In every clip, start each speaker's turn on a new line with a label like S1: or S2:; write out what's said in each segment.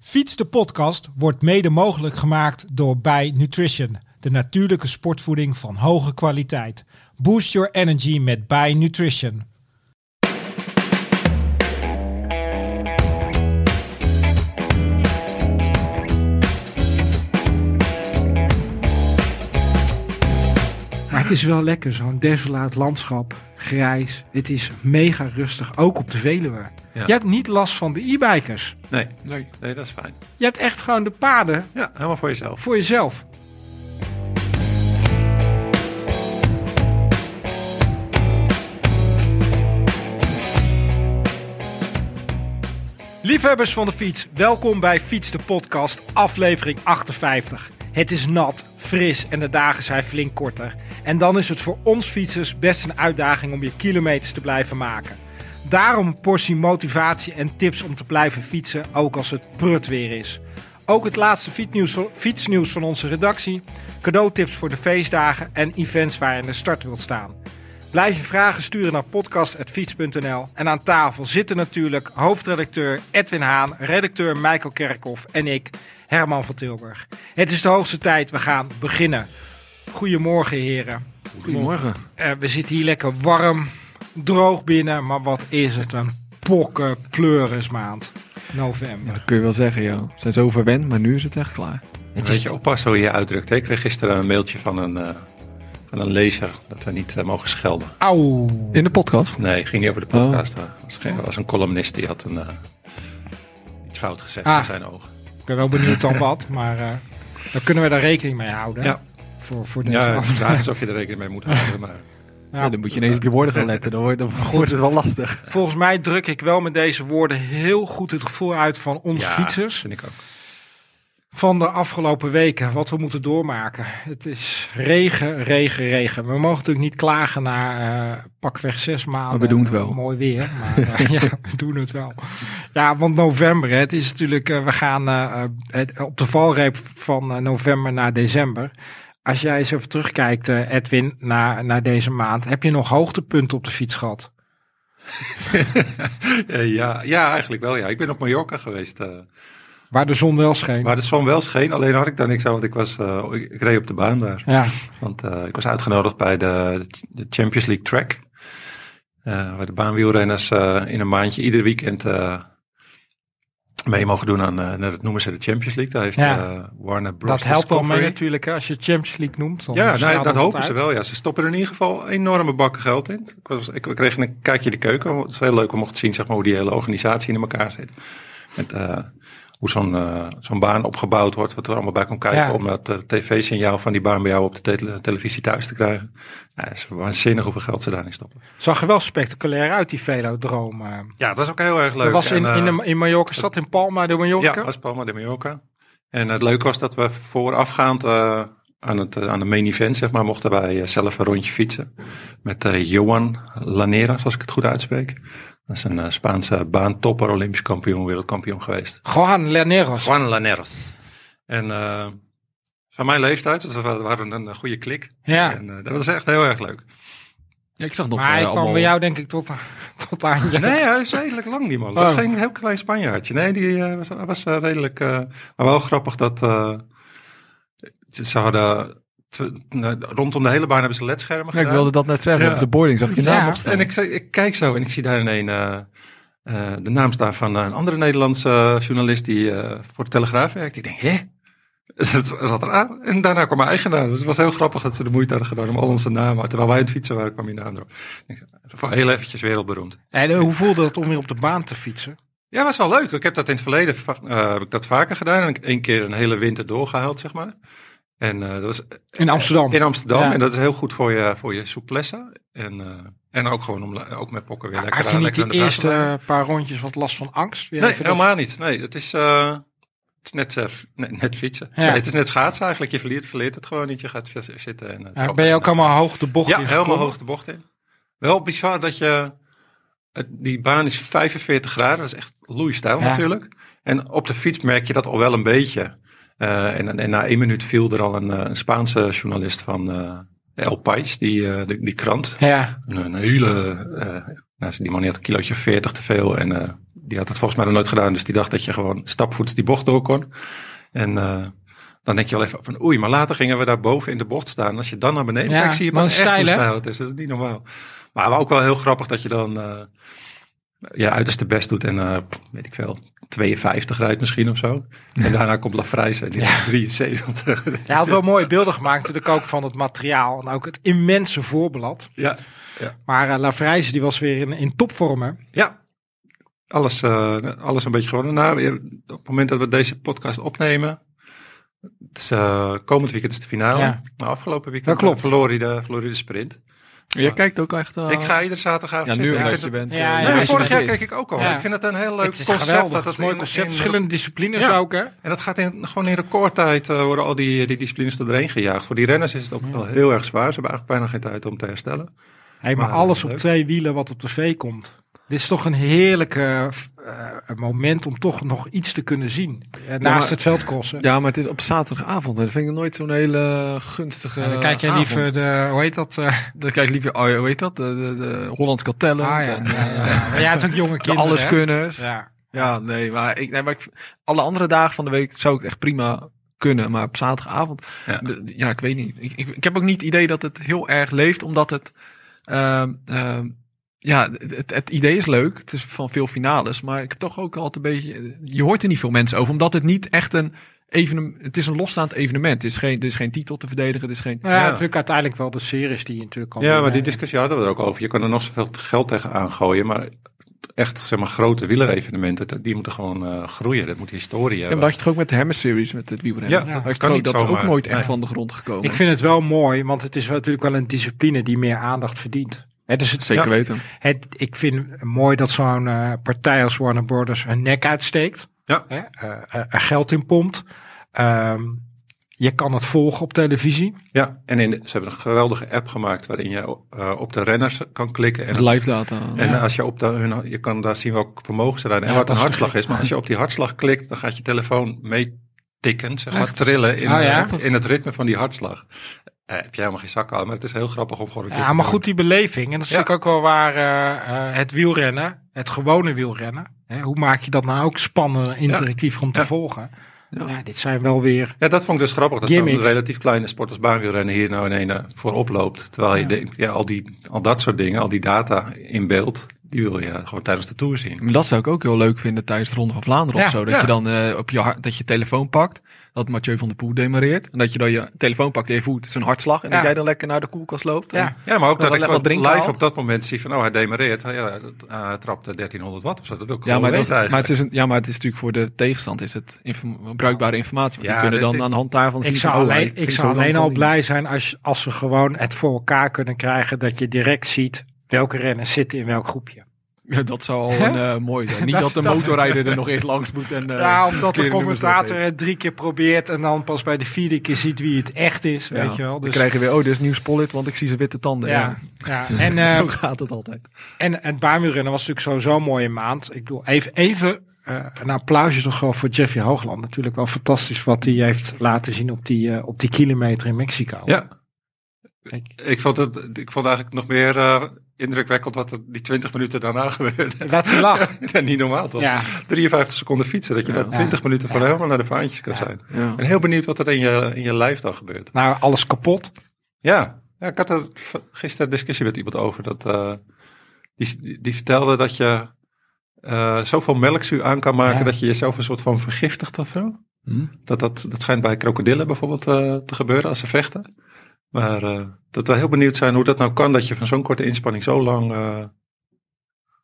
S1: Fiets de podcast wordt mede mogelijk gemaakt door Bij Nutrition, de natuurlijke sportvoeding van hoge kwaliteit. Boost your energy met Bij Nutrition.
S2: Maar het is wel lekker, zo'n desolaat landschap, grijs. Het is mega rustig, ook op de Veluwe.
S3: Ja.
S2: Je hebt niet last van de e-bikers.
S3: Nee,
S4: Nee.
S3: nee, dat is fijn.
S2: Je hebt echt gewoon de paden
S3: Ja, helemaal voor jezelf.
S2: voor jezelf. Liefhebbers van de fiets, welkom bij Fiets de Podcast, aflevering 58. Het is nat, fris en de dagen zijn flink korter. En dan is het voor ons fietsers best een uitdaging om je kilometers te blijven maken. Daarom een portie motivatie en tips om te blijven fietsen, ook als het prut weer is. Ook het laatste fietsnieuws van, fietsnieuws van onze redactie, cadeautips voor de feestdagen en events waar je aan de start wilt staan. Blijf je vragen sturen naar podcast.fiets.nl. En aan tafel zitten natuurlijk hoofdredacteur Edwin Haan, redacteur Michael Kerkhoff en ik, Herman van Tilburg. Het is de hoogste tijd, we gaan beginnen. Goedemorgen heren.
S4: Goedemorgen.
S2: Eh, we zitten hier lekker warm, droog binnen, maar wat is het een pokken pleurismaand.
S4: Ja,
S2: November.
S4: dat kun je wel zeggen, joh. We zijn zo verwend, maar nu is het echt klaar.
S3: Het Weet je, oppassen hoe je je uitdrukt. hè? Ik kreeg gisteren een mailtje van een, eh, van een lezer dat we niet eh, mogen schelden.
S2: Auw.
S4: In de podcast?
S3: Nee, het ging niet over de podcast. Het was, geen- was een columnist die had een, eh, iets fout gezegd
S2: Ah.
S3: in zijn ogen.
S2: Ik ben wel benieuwd dan wat, maar eh daar kunnen we daar rekening mee houden.
S3: Ja.
S2: Voor, voor deze
S3: Ja, de
S2: aflevering.
S3: vraag is of je er rekening mee moet houden. Maar
S4: Ja. dan moet je ineens op je woorden gaan letten. Dan wordt, dan wordt het wel lastig.
S2: Volgens mij druk ik wel met deze woorden heel goed het gevoel uit van ons
S3: ja,
S2: fietsers
S3: vind ik ook.
S2: van de afgelopen weken, wat we moeten doormaken. Het is regen, regen, regen. We mogen natuurlijk niet klagen na eh, pakweg zes maanden.
S4: Maar we doen het wel.
S2: Mooi weer, maar eh, ja, we doen het wel. Ja, want november, hè, het is natuurlijk, eh, we gaan eh, eh, het- op de valreep van eh, november naar december. Als jij eens even terugkijkt, eh, Edwin, naar, naar deze maand. Heb je nog hoogtepunten op de fiets gehad?
S3: Eh, ja, ja, eigenlijk wel. Ja. Ik ben op Mallorca geweest. eh,
S2: Waar de zon wel scheen.
S3: waar de zon wel scheen. Alleen had ik daar niks aan, want ik, was, eh, ik, ik reed op de baan daar.
S2: Ja,
S3: Want eh, ik was uitgenodigd bij de, de Champions League track. eh, waar de baanwielrenners eh, in een maandje ieder weekend eh, mee mogen doen aan, eh, dat noemen ze de Champions League. Daar heeft
S2: Ja.
S3: eh, Warner Bros.
S2: dat helpt al mee
S3: Discovery.
S2: natuurlijk. hè. Als je Champions League noemt, dan
S3: Ja, nou,
S2: straalt
S3: dat hopen
S2: uit.
S3: ze wel. Ja. Ze stoppen er in ieder geval enorme bakken geld in. Ik, was, ik kreeg een kijkje in de keuken. Het is heel leuk om mocht zien zeg maar, hoe die hele organisatie in elkaar zit. Met, eh, hoe zo'n eh, zo'n baan opgebouwd wordt. Wat er allemaal bij komt kijken.
S2: Ja.
S3: Om dat eh, tv-signaal van die baan bij jou op de tele- televisie thuis te krijgen. Ja, het is waanzinnig hoeveel geld ze daarin stoppen.
S2: Zag er wel spectaculair uit, die velodroom. eh.
S3: Ja, dat was ook heel erg leuk.
S2: Dat was in,
S3: En, eh,
S2: in, de, in Mallorca stad, in Palma de Mallorca.
S3: Ja, was Palma de Mallorca. En het leuke was dat we voorafgaand eh, aan, het, eh, aan de main event, zeg maar, mochten wij eh, zelf een rondje fietsen. Met eh, Johan Lanera, zoals ik het goed uitspreek. Dat is een eh, Spaanse baantopper, Olympisch kampioen, wereldkampioen geweest.
S2: Juan Lerneros.
S3: Juan Laneras. En eh, van mijn leeftijd, dus we waren een eh, goede klik.
S2: Ja,
S3: En eh, dat was echt heel erg leuk.
S4: Ja, ik zag nog
S2: maar
S4: eh,
S2: hij kwam
S4: allemaal-
S2: bij jou denk ik tot, aan- tot aan je.
S3: Nee, hij is redelijk lang, die man. Dat
S2: Oh.
S3: is geen heel klein Spanjaardje. Nee, die eh, was, was eh, redelijk... eh, maar wel grappig dat... eh, ze hadden... tw- nou, rondom de hele baan hebben ze ledschermen
S4: Ja, ik
S3: gedaan.
S4: wilde dat net zeggen.
S3: Ja.
S4: Op de boarding zag ik je
S2: Ja.
S4: naam op staan.
S3: En ik, zei- ik kijk zo en ik zie daar ineens eh, eh, de naam staan van een andere Nederlandse eh, journalist die eh, voor de Telegraaf werkt. Ik denk, hè? Dat zat eraan. En daarna kwam mijn eigen naam. Dus het was heel grappig dat ze de moeite hadden gedaan om al onze namen. Terwijl wij aan het fietsen waren, kwam je naam door. Ik denk, Voor heel eventjes wereldberoemd.
S2: En eh, hoe voelde het om weer op de baan te fietsen?
S3: Ja, was wel leuk. Ik heb dat in het verleden va- eh, heb ik dat vaker gedaan. En ik één keer een hele winter doorgehaald, zeg maar. En eh, dat was
S2: In Amsterdam.
S3: in Amsterdam.
S2: Ja.
S3: En dat is heel goed voor je, voor je souplesse. En, eh, en ook gewoon om, le- ook met pokken weer lekker,
S2: Had je niet
S3: lekker
S2: die
S3: aan de baas te
S2: eerste
S3: blijven.
S2: paar rondjes wat last van angst? Weer
S3: Nee,
S2: even dat-
S3: helemaal niet. Nee, het is, eh, het is net, eh, f- net, net fietsen.
S2: Ja.
S3: Nee, het is net schaatsen eigenlijk. Je verleert, verleert het gewoon niet. Je gaat vis- zitten. En, eh,
S2: Ja,
S3: trappen.
S2: ben je
S3: En,
S2: ook allemaal hoog de bocht
S3: ja,
S2: in
S3: helemaal
S2: gekomen?
S3: hoog de bocht in. Wel bizar dat je... het- die baan is 45 graden. Dat is echt loeistijl
S2: Ja.
S3: natuurlijk. En op de fiets merk je dat al wel een beetje. Eh, en, en na één minuut viel er al een, eh, een Spaanse journalist van eh El País, die, eh, die, die krant.
S2: Ja,
S3: Een, een hele eh, Nou, die man die had een kilootje 40 te veel. En eh, die had het volgens mij nog nooit gedaan. Dus die dacht dat je gewoon stapvoets die bocht door kon. En eh, dan denk je wel even van oei, maar later gingen we daar boven in de bocht staan. Als je dan naar beneden
S1: Ja,
S3: kijkt, zie je
S1: dan
S3: pas
S1: is
S3: echt
S1: het
S3: hoe
S1: steil, hè?
S3: stijl het is. Dat is niet normaal. Maar wel ook wel heel grappig dat je dan eh je uiterste best doet. En eh, weet ik veel, 52 rijdt misschien of zo. En daarna komt Lafrijs en die rijdt 73.
S2: Hij had wel mooie beelden gemaakt natuurlijk ook van het materiaal en ook het immense voorblad.
S3: ja,
S2: Maar eh Lavrijzen die was weer in, in topvorm. hè?
S3: Ja, alles, eh, alles een beetje gewonnen. Nou, je- op het moment dat we deze podcast opnemen. Het is, eh, komend weekend is de finale.
S2: Ja.
S3: Maar afgelopen weekend
S2: Dat
S3: eh,
S2: klopt. Oh.
S3: verloor hij de, verloor hij de sprint.
S4: Jij kijkt ook echt... eh,
S3: ik ga iedere zaterdagavond
S4: Ja, nu
S3: zitten. Ik
S4: omdat
S3: vind
S4: je
S3: het-
S4: bent...
S2: Ja, ja,
S4: eh,
S3: Nee, maar
S2: als je
S3: vorig jaar
S4: bent
S3: keek ik ook al.
S2: Ja.
S3: Ik vind het een heel leuk
S2: Het is
S3: concept.
S2: geweldig.
S3: Dat
S2: Dat is
S3: het
S2: een mooi
S3: in-
S2: concept.
S3: in-
S2: Verschillende disciplines
S3: Ja.
S2: ook hè.
S3: en dat gaat in, gewoon in recordtijd eh, worden al die, die disciplines er doorheen gejaagd. Voor die renners is het ook wel heel erg zwaar. Ze hebben eigenlijk bijna geen tijd om te herstellen.
S2: Hey, maar
S3: Maar,
S2: alles
S3: eh,
S2: op
S3: leuk.
S2: twee wielen wat op de V komt. Dit is toch een heerlijke eh, moment om toch nog iets te kunnen zien. Eh, naast
S4: maar-
S2: het veldcrossen.
S4: Ja, maar het is op zaterdagavond. hè. Dat vind ik nooit zo'n hele gunstige
S2: En dan kijk jij liever
S4: avond.
S2: de, hoe heet dat? eh,
S4: Dan kijk ik liever, oh, hoe heet dat? De, de, de Hollands Got Talent
S2: ah, ja.
S4: en,
S2: Ja, ja, ja. Maar jij hebt ook jonge
S4: De
S2: kinderen. hè?
S4: alleskunners. Ja.
S2: Ja.
S4: nee, maar, ik, nee, maar ik, alle andere dagen van de week zou ik het echt prima kunnen. Maar op zaterdagavond,
S3: Ja.
S4: ja, ja ik weet niet. Ik, ik, ik heb ook niet het idee dat het heel erg leeft, omdat het, ehm, ehm, ja, het, het- het idee is leuk. Het is van veel finales, maar ik heb toch ook altijd een beetje, je hoort er niet veel mensen over, omdat het niet echt een evenement, het is een losstaand evenement. Het is geen, er is geen titel te verdedigen, het is geen...
S2: Nou ja,
S3: Ja.
S2: natuurlijk uiteindelijk wel de series die je natuurlijk kan
S3: Ja,
S2: winnen.
S3: maar die discussie hadden we er ook over. Je kan er nog zoveel geld tegen gooien, maar echt zeg maar grote wielerevenementen, dat- die moeten gewoon eh, groeien. Dat moet historie
S4: Ja,
S3: hebben.
S4: maar dat je toch ook met de Hammer Series, met het wielrennen.
S3: Ja,
S4: Ja,
S3: dat
S4: dat,
S3: kan niet
S4: dat is ook
S3: zomaar.
S4: nooit echt
S3: Nee.
S4: van de grond gekomen.
S2: Ik vind het wel mooi, want het is wel- natuurlijk wel een discipline die meer aandacht verdient. Hè, dus het,
S4: Zeker
S2: ja,
S4: weten.
S2: het- ik vind mooi dat zo'n eh, partij als Warner Brothers hun nek uitsteekt.
S3: Ja.
S2: Hè, eh, eh, er geld in pompt. Ehm, je kan het volgen op televisie.
S3: Ja, en in de- ze hebben een geweldige app gemaakt waarin je eh, op de renners kan klikken. En,
S4: De live data.
S3: en als je op de, hun, je kan daar zien welk vermogen ze rijden en
S2: Ja,
S3: wat een
S2: dat is te
S3: hartslag is. Maar als je op die hartslag klikt, dan gaat je telefoon mee tikken, zeg maar trillen in,
S2: Ah, ja?
S3: eh, in het ritme van die hartslag. Eh, heb je helemaal geen zak aan, maar het is heel grappig om gewoon een keer
S2: Ja,
S3: te
S2: maar
S3: doen.
S2: goed, die beleving. En dat is
S3: Ja.
S2: natuurlijk ook wel waar eh, eh, het wielrennen, het gewone wielrennen. Hè, hoe maak je dat nou ook spannend en interactief om te
S3: Ja.
S2: volgen?
S4: Ja.
S2: Ja, dit zijn wel weer
S3: Ja, dat vond ik dus grappig. Dat zo'n
S2: Gimmick.
S3: relatief kleine sport als baanwielrennen hier nou in een voor oploopt. Terwijl je
S2: Ja.
S3: denkt, ja, al, die, al dat soort dingen, al die data in beeld, die wil je gewoon tijdens de tour zien.
S4: Maar dat zou ik ook heel leuk vinden tijdens de Ronde van Vlaanderen
S2: Ja,
S4: of zo. Dat
S3: ja.
S4: je dan eh, op je, hart- dat je telefoon pakt, dat Mathieu van der Poel demareert. En dat je dan je telefoon pakt en je voelt zijn hartslag. En
S2: Ja.
S4: dat jij dan lekker naar de koelkast loopt.
S2: Ja.
S4: En-
S3: Ja, maar ook
S4: Wat-
S3: dat ik
S4: wat
S3: gewoon
S4: drinken
S3: live
S4: haalt?
S3: op dat moment zie van, oh, hij demareert. Ja, hij eh, trapt eh, 1300 watt of zo. Dat wil ik
S4: ja,
S3: gewoon
S4: maar, dat,
S3: weten
S4: maar,
S3: eigenlijk.
S4: het is een- ja, maar het is natuurlijk voor de tegenstand is het inform- bruikbare informatie. Want
S3: Ja,
S4: die kunnen
S3: dit-
S4: dan aan de hand daarvan zien.
S2: Ik zou
S4: van, oh, hij
S2: alleen, ik
S4: ging
S2: zou
S4: zo lang
S2: alleen al
S4: dan
S2: blij zijn als, als ze gewoon het voor elkaar kunnen krijgen dat je direct ziet welke renners zitten in welk groepje.
S4: niet. Ja, dat zou al een, eh, mooi zijn. Niet
S2: Dat-
S4: dat, de
S2: dat-
S4: motorrijder er nog eerst langs moet. En, eh,
S2: ja, of dat de
S4: verkeerde nummers doorgeeft.
S2: commentator het drie keer probeert en dan pas bij de vierde keer ziet wie het echt is,
S4: Ja.
S2: weet je wel.
S4: Dan
S2: Dus,
S4: krijg je weer, oh, dit is nieuw Spollet, want ik zie zijn witte tanden. Ja.
S2: ja, ja. En, eh,
S4: Zo gaat het altijd.
S2: en het baanwielrennen was natuurlijk sowieso een mooie maand. Ik bedoel, even, even eh, een applausje toch wel voor Jeffy Hoogland. Natuurlijk wel fantastisch wat hij heeft laten zien op die, eh, op die kilometer in Mexico.
S3: Ja.
S2: Kijk.
S3: Ik vond, het, ik vond eigenlijk nog meer eh, indrukwekkend wat er die 20 minuten daarna gebeurde.
S2: Dat hij lacht.
S3: Ja, Niet normaal toch?
S2: Ja.
S3: 53 seconden fietsen, dat je
S4: Ja.
S3: dan 20 minuten van helemaal naar de vaantjes kan zijn.
S4: Ja.
S3: En heel benieuwd wat er in je, in je lijf dan gebeurt.
S2: Nou, alles kapot.
S3: Ja, ja ik had er v- gisteren een discussie met iemand over. Dat, eh, die, die vertelde dat je eh, zoveel melkzuur aan kan maken
S2: Ja.
S3: dat je jezelf een soort van vergiftigt of zo.
S4: Hm.
S3: Dat, dat, dat schijnt bij krokodillen bijvoorbeeld eh, te gebeuren als ze vechten. Maar eh, dat we heel benieuwd zijn hoe dat nou kan dat je van zo'n korte inspanning zo lang eh,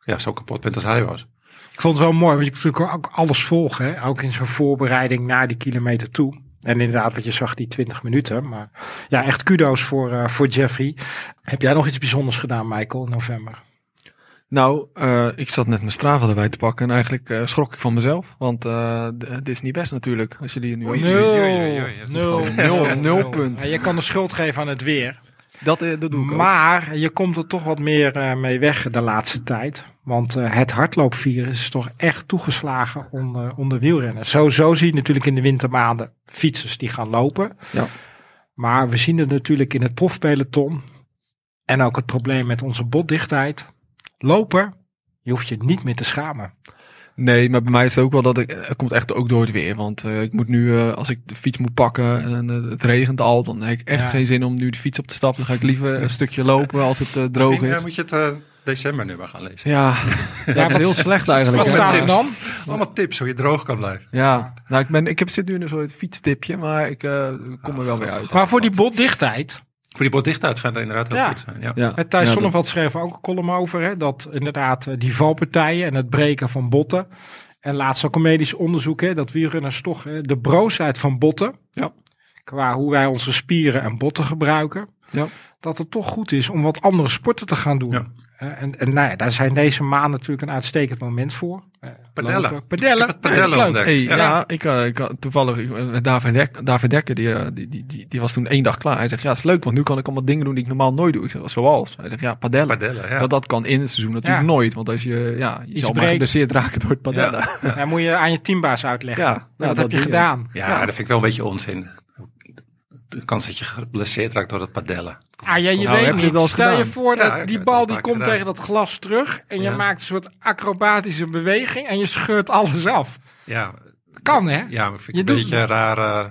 S3: ja, zo kapot bent als hij was.
S2: Ik vond het wel mooi, want je kunt natuurlijk ook alles volgen. Hè? Ook in zo'n voorbereiding naar die kilometer toe. En inderdaad, wat je zag, die 20 minuten. Maar ja, echt kudo's voor, eh, voor Jeffrey. Heb jij nog iets bijzonders gedaan, Michael, in november?
S4: Nou, eh, ik zat net mijn Strava erbij te pakken en eigenlijk eh, schrok ik van mezelf. Want eh, d- dit is niet best natuurlijk, als jullie nu...
S3: Oei.
S4: zien.
S3: Nul. oei, oei, oei. Dat is
S2: Nul.
S4: gewoon nul, nul punt.
S2: Ja, je kan de schuld geven aan het weer.
S4: Dat, eh, dat doe ik ook.
S2: Maar je komt er toch wat meer eh, mee weg de laatste tijd. Want eh, het hardloopvirus is toch echt toegeslagen onder, onder wielrenners. Sowieso zie je natuurlijk in de wintermaanden fietsers die gaan lopen.
S4: Ja.
S2: Maar we zien het natuurlijk in het profpeloton. En ook het probleem met onze botdichtheid. Lopen Je hoeft je niet meer te schamen.
S4: Nee, maar bij mij is het ook wel dat ik. eh, Het komt echt ook door het weer. Want eh, ik moet nu, eh, als ik de fiets moet pakken en eh, het regent al, dan heb ik echt
S2: Ja.
S4: geen zin om nu de fiets op te stappen. Dan ga ik liever een stukje lopen als het eh, droog
S3: Misschien, eh,
S4: is.
S3: moet je het eh, decembernummer gaan lezen.
S4: Ja, ja, het is heel slecht eigenlijk.
S2: Wat
S3: Met
S4: hè.
S2: staat er
S3: tips.
S2: dan?
S3: Allemaal tips hoe je droog kan blijven.
S4: Ja, nou, ik, ben, ik heb, zit nu in een soort fietstipje, maar ik eh, kom er wel weer uit.
S2: Maar voor die botdichtheid.
S3: Voor die botdichtheid schijnt het inderdaad heel
S2: Ja.
S3: goed te zijn. Ja.
S4: Ja,
S2: Het Thijs
S4: ja, dat-
S2: Zonneveld schreef er ook een column over. Hè, dat inderdaad eh, die valpartijen en het breken van botten. En laatst ook een medisch onderzoek. Hè, dat wielrenners toch eh, de broosheid van botten.
S4: Ja.
S2: Qua hoe wij onze spieren en botten gebruiken.
S4: Ja.
S2: Dat het toch goed is om wat andere sporten te gaan doen.
S3: Ja.
S2: Eh, en en nou ja, daar zijn deze maanden natuurlijk een uitstekend moment voor. Eh,
S3: Padellen.
S2: lopen.
S3: Ik
S2: Padellen.
S3: heb het padellen
S2: leuk.
S3: ontdekt.
S4: Hey,
S3: ja.
S4: ja. ik, eh, ik had toevallig eh, David, Dek, David Dekker, die, eh, die, die, die, die was toen één dag klaar. Hij zegt, ja, is leuk, want nu kan ik allemaal dingen doen die ik normaal nooit doe. Ik zeg, zoals? Hij zegt, ja, padellen.
S3: Padellen, ja.
S4: Dat, dat kan in het seizoen natuurlijk
S2: Ja.
S4: nooit, want als je, ja, je
S2: Iets
S4: zal maar
S2: breekt.
S4: geblesseerd raken door het padellen. Ja,
S2: Ja, moet je aan je teambaas uitleggen.
S4: Ja,
S2: Nou,
S4: ja,
S2: wat
S4: dat
S2: heb je
S4: doe je.
S2: gedaan?
S3: Ja, dat vind ik wel een beetje onzin. De kans dat je geblesseerd raakt door dat padellen.
S2: Ah, ja, je
S4: Nou, heb
S2: weet
S4: je het
S2: niet.
S4: wel
S2: Stel
S4: eens
S2: je
S4: gedaan?
S2: voor
S3: Ja,
S2: dat
S3: ik heb
S2: die
S3: het wel
S2: bal
S3: een
S2: die
S3: paar
S2: komt
S3: keer gedaan.
S2: tegen dat glas terug en je
S3: Ja.
S2: maakt een soort acrobatische beweging en je scheurt alles af.
S3: Ja,
S2: Kan hè?
S3: ja maar vind
S2: Je
S3: ik een
S2: doet-
S3: beetje raar. eh,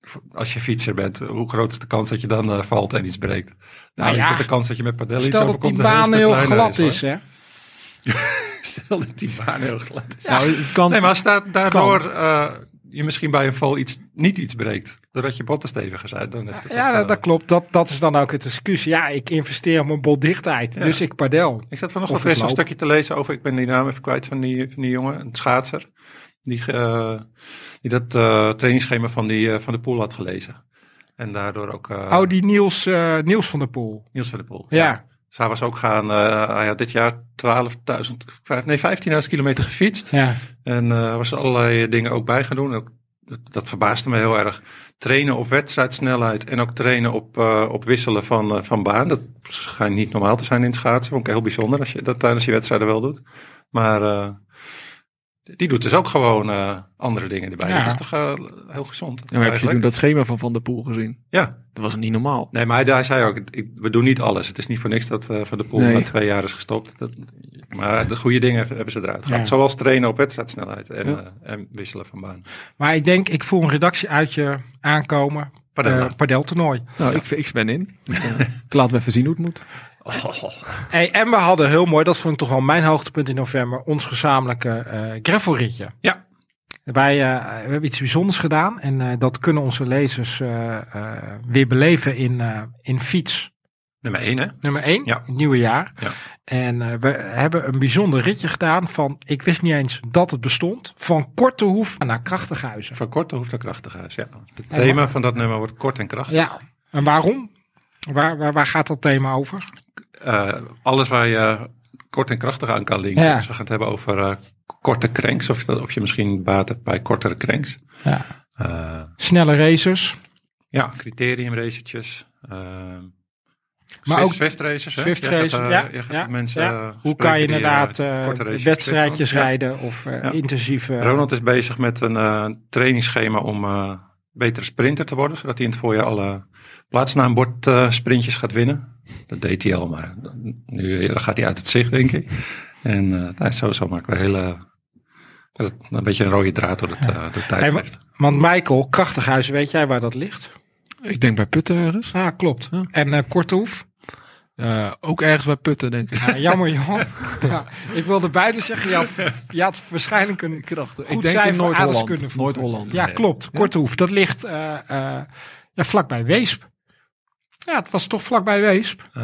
S3: voor- als je fietser bent, hoe groot is de kans dat je dan eh, valt en iets breekt? Nou, ik
S2: ja.
S3: denk dat de kans dat je met padellen
S2: Stel
S3: iets
S2: dat die
S3: overkomt
S2: baan
S3: een
S2: heel
S3: stuk kleiner
S2: glad is, hè?
S3: hoor. Stel dat die baan heel glad is.
S4: Nou, het kan,
S3: Nee, maar als da- daardoor eh, je misschien bij een val iets, niet iets breekt, doordat je botten steviger zijn, dan heeft het
S2: Ja,
S3: echt,
S2: dat,
S3: eh,
S2: dat klopt. Dat, dat is dan ook het excuus. Ja, ik investeer op mijn botdichtheid, dus ik padel.
S3: Ik zat vanochtend
S2: Of het
S3: weer een
S2: lopen.
S3: stukje te lezen over, ik ben die naam even kwijt van die, van die jongen, een schaatser. Die, eh, die dat eh, trainingsschema van, die, eh, van de Poel had gelezen. En daardoor ook eh,
S2: Oh, die Niels, eh, Niels van der Poel.
S3: Niels van de Poel.
S2: Ja.
S3: Dus hij was ook gaan, eh, hij had dit jaar 12.000, vijf- nee 15.000 kilometer gefietst.
S2: Ja.
S3: En eh, was er allerlei dingen ook bij gaan doen. Ook, dat, dat verbaasde me heel erg. Trainen op wedstrijdsnelheid en ook trainen op, eh, op wisselen van, eh, van baan. Dat schijnt niet normaal te zijn in het schaatsen. Vond ik heel bijzonder als je dat tijdens je wedstrijden wel doet. Maar eh, die doet dus ook gewoon eh, andere dingen erbij.
S2: Ja.
S3: Dat is toch eh, heel gezond.
S4: Ja, maar heb je
S3: eigenlijk?
S4: toen dat schema van Van der Poel gezien?
S3: Ja.
S4: Dat was niet normaal.
S3: Nee, maar hij, hij zei ook, ik- we doen niet alles. Het is niet voor niks dat eh, Van de Poel
S4: Nee.
S3: na twee jaar is gestopt. Dat, maar de goede dingen hebben ze eruit gehaald.
S2: Ja.
S3: Zoals trainen op wedstrijdsnelheid en,
S4: Ja.
S3: eh, en wisselen van baan.
S2: Maar ik denk, ik voel een redactieuitje aankomen.
S3: Padella.
S2: Eh, padeltoernooi.
S4: Nou, ik, ik ben in. Eh, ik laat me even zien hoe het moet.
S3: Oh.
S2: Hey, en we hadden heel mooi, dat vond ik toch wel mijn hoogtepunt in november, ons gezamenlijke eh gravelritje.
S3: Ja.
S2: Wij eh, we hebben iets bijzonders gedaan en eh, dat kunnen onze lezers eh, eh, weer beleven in, eh, in fiets
S3: Nummer 1, hè?
S2: nummer 1,
S3: Ja.
S2: het nieuwe jaar.
S3: Ja.
S2: En eh, we hebben een bijzonder ritje gedaan van, ik wist niet eens dat het bestond, van Kortehoef naar Krachtighuizen.
S3: Van korte hoeft naar krachtig huis, ja. Het
S2: Ja,
S3: thema van dat nummer wordt kort en krachtig.
S2: Ja, en waarom? Waar, waar, waar gaat dat thema over?
S3: Eh, alles waar je kort en krachtig aan kan linken.
S2: Ja.
S3: Dus we gaan het hebben over eh, korte cranks. Of, dat, of je misschien baat hebt bij kortere cranks.
S2: Ja.
S3: Eh,
S2: Snelle racers,
S3: ja, criteriumracertjes. eh
S2: Maar
S3: maar
S2: ook
S3: ook Zwift-racers. hè?
S2: Zwift
S3: Je gaat,
S2: racer,
S3: eh,
S2: ja,
S3: je gaat
S2: ja,
S3: mensen
S2: ja.
S3: eh,
S2: Hoe
S3: spreken
S2: kan je
S3: die, eh,
S2: inderdaad eh,
S3: korte races
S2: wedstrijdjes
S3: doen. Ja.
S2: rijden of eh,
S3: Ja.
S2: intensieve...
S3: Ronald is bezig met een eh, trainingsschema om eh, betere sprinter te worden. Zodat hij in het voorjaar alle plaatsnaambord eh sprintjes gaat winnen. Dat deed hij al, maar nu eh, gaat hij uit het zicht, denk ik. En eh, nou, zo, zo maken we hele, dat- een beetje een rode draad door het, eh door het
S2: Hey, wa-
S3: tijdschrift.
S2: want Michael, Krachtighuis, weet jij waar dat ligt?
S4: Ik denk bij Putten ergens.
S2: Ah, klopt.
S4: Ja.
S2: En eh, Kortehoef?
S4: Eh, ook ergens bij Putten, denk ik.
S2: Ja, jammer, joh. ja, ik wilde beide zeggen, je had, je had waarschijnlijk een krachtig.
S4: ik denk in Noord-Holland. Noord-Holland.
S2: Ja, klopt. Kortehoef, dat ligt eh, eh, ja, vlakbij Weesp. Ja, het was toch vlakbij Weesp.
S3: Eh,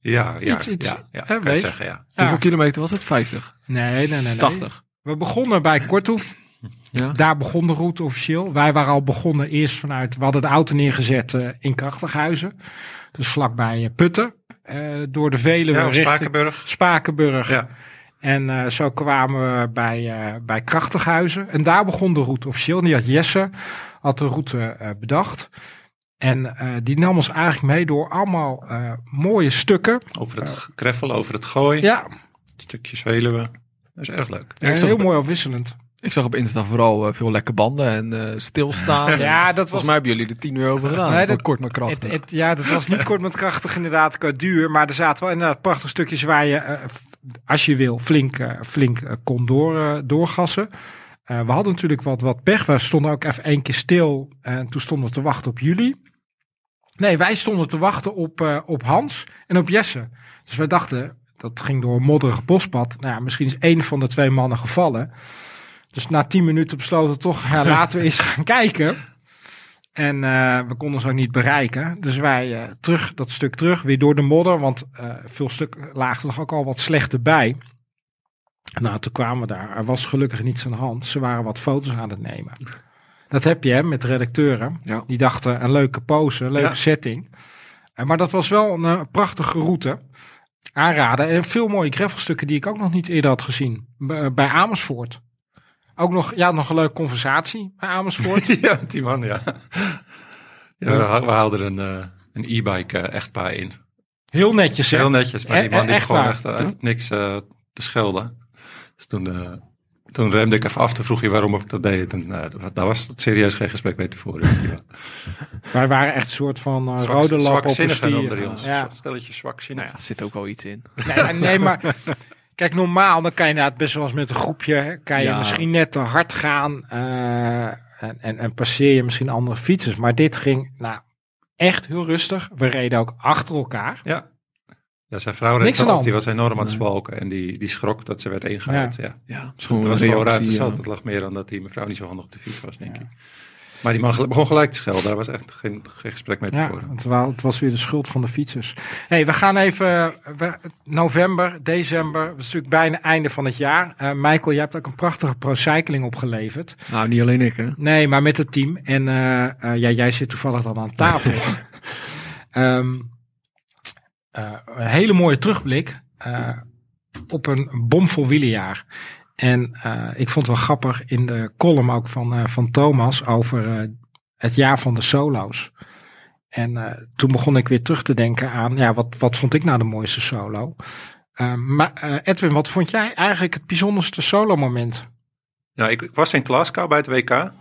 S3: ja, ja,
S2: Iets- iets,
S3: ja, ja,
S2: hè,
S3: kan je
S2: wees.
S3: zeggen, ja.
S2: Ja.
S4: Hoeveel kilometer was het? 50?
S2: Nee, nee, nee. nee.
S4: 80?
S2: We begonnen bij Korthoef.
S4: Ja.
S2: Daar begon de route officieel. Wij waren al begonnen eerst vanuit, we hadden de auto neergezet eh, in Krachtighuizen. Dus vlakbij eh, Putten. Eh, door de vele
S3: Ja,
S2: richting
S3: Spakenburg.
S2: Spakenburg.
S3: Ja.
S2: En eh, zo kwamen we bij, eh, bij Krachtighuizen. En daar begon de route officieel. En Die had Jesse had de route eh, bedacht. En eh, die nam ons eigenlijk mee door allemaal eh, mooie stukken.
S3: Over het kreffel, over het gooien.
S2: Ja,
S3: Stukjes Veluwe. Dat is erg leuk.
S4: Ja, ik, zag,
S2: heel mooi afwisselend.
S4: ik zag op Insta vooral eh, veel lekke banden en eh, stilstaan. En
S2: Ja, dat
S4: Volgens
S2: was
S4: mij hebben jullie er tien uur over gedaan.
S2: Nee,
S4: Van
S2: dat-
S4: kort maar krachtig.
S2: Het, het- ja, dat was niet kort met krachtig inderdaad qua duur. Maar er zaten wel inderdaad prachtige stukjes waar je eh, f- als je wil, flink, eh, flink eh, kon door, eh, doorgassen. Eh, we hadden natuurlijk wat, wat pech. We stonden ook even één keer stil. eh, en toen stonden we te wachten op jullie. Nee, wij stonden te wachten op, eh, op Hans en op Jesse. Dus wij dachten, dat ging door een modderig bospad. Nou ja, misschien is één van de twee mannen gevallen. Dus na tien minuten besloten we toch, ja, laten we eens gaan kijken. En eh, we konden ze ook niet bereiken. Dus wij eh, terug, dat stuk terug, weer door de modder. Want eh, veel stuk lagen er ook al wat slechter bij. Nou, toen kwamen we daar. Er was gelukkig niets aan de hand. Ze waren wat foto's aan het nemen. Dat heb je hè, met redacteuren.
S4: Ja.
S2: Die dachten een leuke pose, een leuke
S3: Ja.
S2: setting. Eh, maar dat was wel een eh, prachtige route. Aanraden. En veel mooie gravelstukken die ik ook nog niet eerder had gezien. B- eh, bij Amersfoort. Ook nog, ja, nog een leuke conversatie bij Amersfoort.
S3: ja, die man, ja. ja we, ha- we haalden een, eh, een e-bike eh, echtpaar in.
S2: Heel netjes, hè?
S3: Heel netjes, maar die
S2: E-
S3: man die
S2: echt
S3: gewoon
S2: waar.
S3: echt eh, uit het niks eh, te schelden. Dus toen, eh, toen remde ik even af, toen vroeg je waarom ik dat deed. En eh, dat- daar was serieus geen gesprek mee te voeren. eh, met die man.
S2: Wij waren echt een soort van eh,
S3: Zwak-
S2: rode lap op een
S3: zwakzinnigen
S2: stier.
S3: noemden die ons.
S2: Ja.
S3: Stelletje zwakzinnig.
S4: Nou ja, er zit ook wel iets in.
S2: Nee, nee, maar kijk, normaal dan kan je inderdaad best wel eens met een groepje, hè, kan je
S4: Ja.
S2: misschien net te hard gaan eh, en, en, en passeer je misschien andere fietsers. Maar dit ging, nou, echt heel rustig. We reden ook achter elkaar.
S3: Ja. Ja, zijn vrouw
S2: Niks
S3: reed
S2: aan de
S3: op, die
S2: hand.
S3: was enorm aan het
S4: Nee.
S3: zwalken en die, die schrok dat ze werd ingehaald. Ja.
S4: Ja,
S3: Dat
S4: zo'n
S3: was gewoon raar te
S4: reactie.
S3: zat.
S4: ja.
S3: Het lag meer aan dat die mevrouw niet zo handig op de fiets was, denk ik. Maar die man gel- begon gelijk te schelden. Daar was echt geen, geen gesprek mee te
S2: Ja,
S3: voeren.
S2: het was, het was weer de schuld van de fietsers. hey, we gaan even, we- november, december, dat is natuurlijk bijna einde van het jaar. Eh, Michael, jij hebt ook een prachtige pro-cycling opgeleverd.
S4: Nou, niet alleen ik, hè.
S2: Nee, maar met het team. En eh, eh, ja, jij zit toevallig dan aan tafel. Ehm, eh, een hele mooie terugblik eh, op een bomvol wielenjaar. En eh, ik vond het wel grappig in de column ook van, eh, van Thomas over eh, het jaar van de solo's. En eh, toen begon ik weer terug te denken aan, ja, wat, wat vond ik nou de mooiste solo? Eh, maar eh, Edwin, wat vond jij eigenlijk het bijzonderste solo moment?
S3: Nou, ik, ik was in Glasgow bij het WK.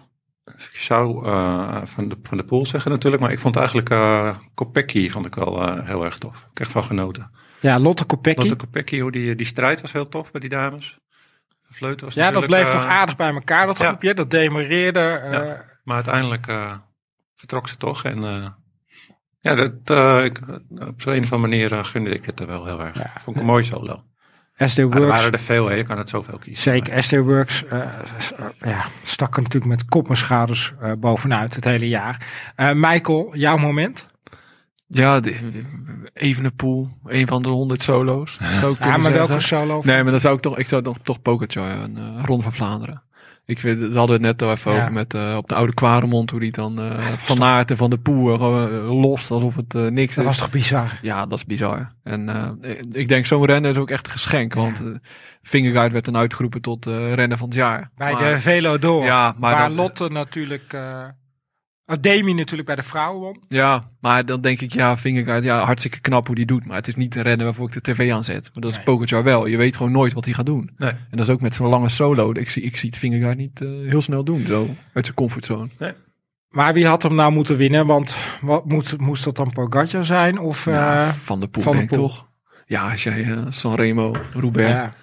S3: Dus ik zou eh, van, de, van de pool zeggen natuurlijk. Maar ik vond eigenlijk eh Kopecky vond ik wel eh, heel erg tof. Ik heb echt van genoten.
S2: Ja, Lotte Kopecky.
S3: Lotte Kopecky, hoe die, die strijd was heel tof bij die dames. De fleut was
S2: Ja, dat
S3: natuurlijk,
S2: bleef
S3: eh,
S2: toch aardig bij elkaar, dat
S3: ja.
S2: groepje. Dat demereerde. eh,
S3: Ja. Maar uiteindelijk eh, vertrok ze toch. En eh, ja, dat, eh, ik, op zo'n een of andere manier eh, gunde ik het er wel heel erg.
S2: Ja.
S3: Vond ik een mooi solo.
S2: SD
S3: Maar er
S2: Works.
S3: waren er veel, hè. je kan het zoveel kiezen.
S2: Zeker, SD Works eh, s- eh, ja, stak er natuurlijk met kop en schouders eh, bovenuit het hele jaar. Eh, Michael, jouw moment?
S4: Ja, de- Evenepoel, een van de 100 solo's. Zou ik
S2: Ja,
S4: kunnen
S2: maar welke
S4: zeggen.
S2: solo?
S4: Nee, maar dan zou ik toch, ik zou toch, toch Pogacar en eh, Ronde van Vlaanderen. Ik vind, daar hadden we het net al even
S2: Ja.
S4: over met eh, op de oude Kwaremond, hoe die dan eh, van aarten van de poer lost alsof het eh, niks
S2: dat
S4: is.
S2: was toch bizar?
S4: Ja, dat is bizar. En eh, ik- ik denk, zo'n renner is ook echt een geschenk. Want eh Vingegaard werd dan uitgeroepen tot eh renner van het jaar.
S2: Bij
S4: Maar-
S2: de Velo Door.
S4: ja, maar
S2: waar
S4: dan-
S2: Lotte natuurlijk... eh oh, Demi natuurlijk bij de vrouwen won.
S4: Ja, maar dan denk ik, ja, Vingegaard, ja, hartstikke knap hoe die doet. Maar het is niet de renner waarvoor ik de tv aanzet. Maar dat is
S2: Nee.
S4: Pogacar wel. Je weet gewoon nooit wat hij gaat doen.
S3: Nee.
S4: En dat is ook met zo'n lange solo. Ik zie, ik zie het Vingegaard niet eh, heel snel doen, zo. Uit zijn comfortzone.
S2: Maar wie had hem nou moeten winnen? Want wat, moet, moest dat dan Pogacar zijn? Of, eh,
S4: Ja, van de Poel,
S2: Van der
S4: denk ik
S2: Poel.
S4: toch? Ja, als jij eh, Sanremo, Roubaix,
S2: ja.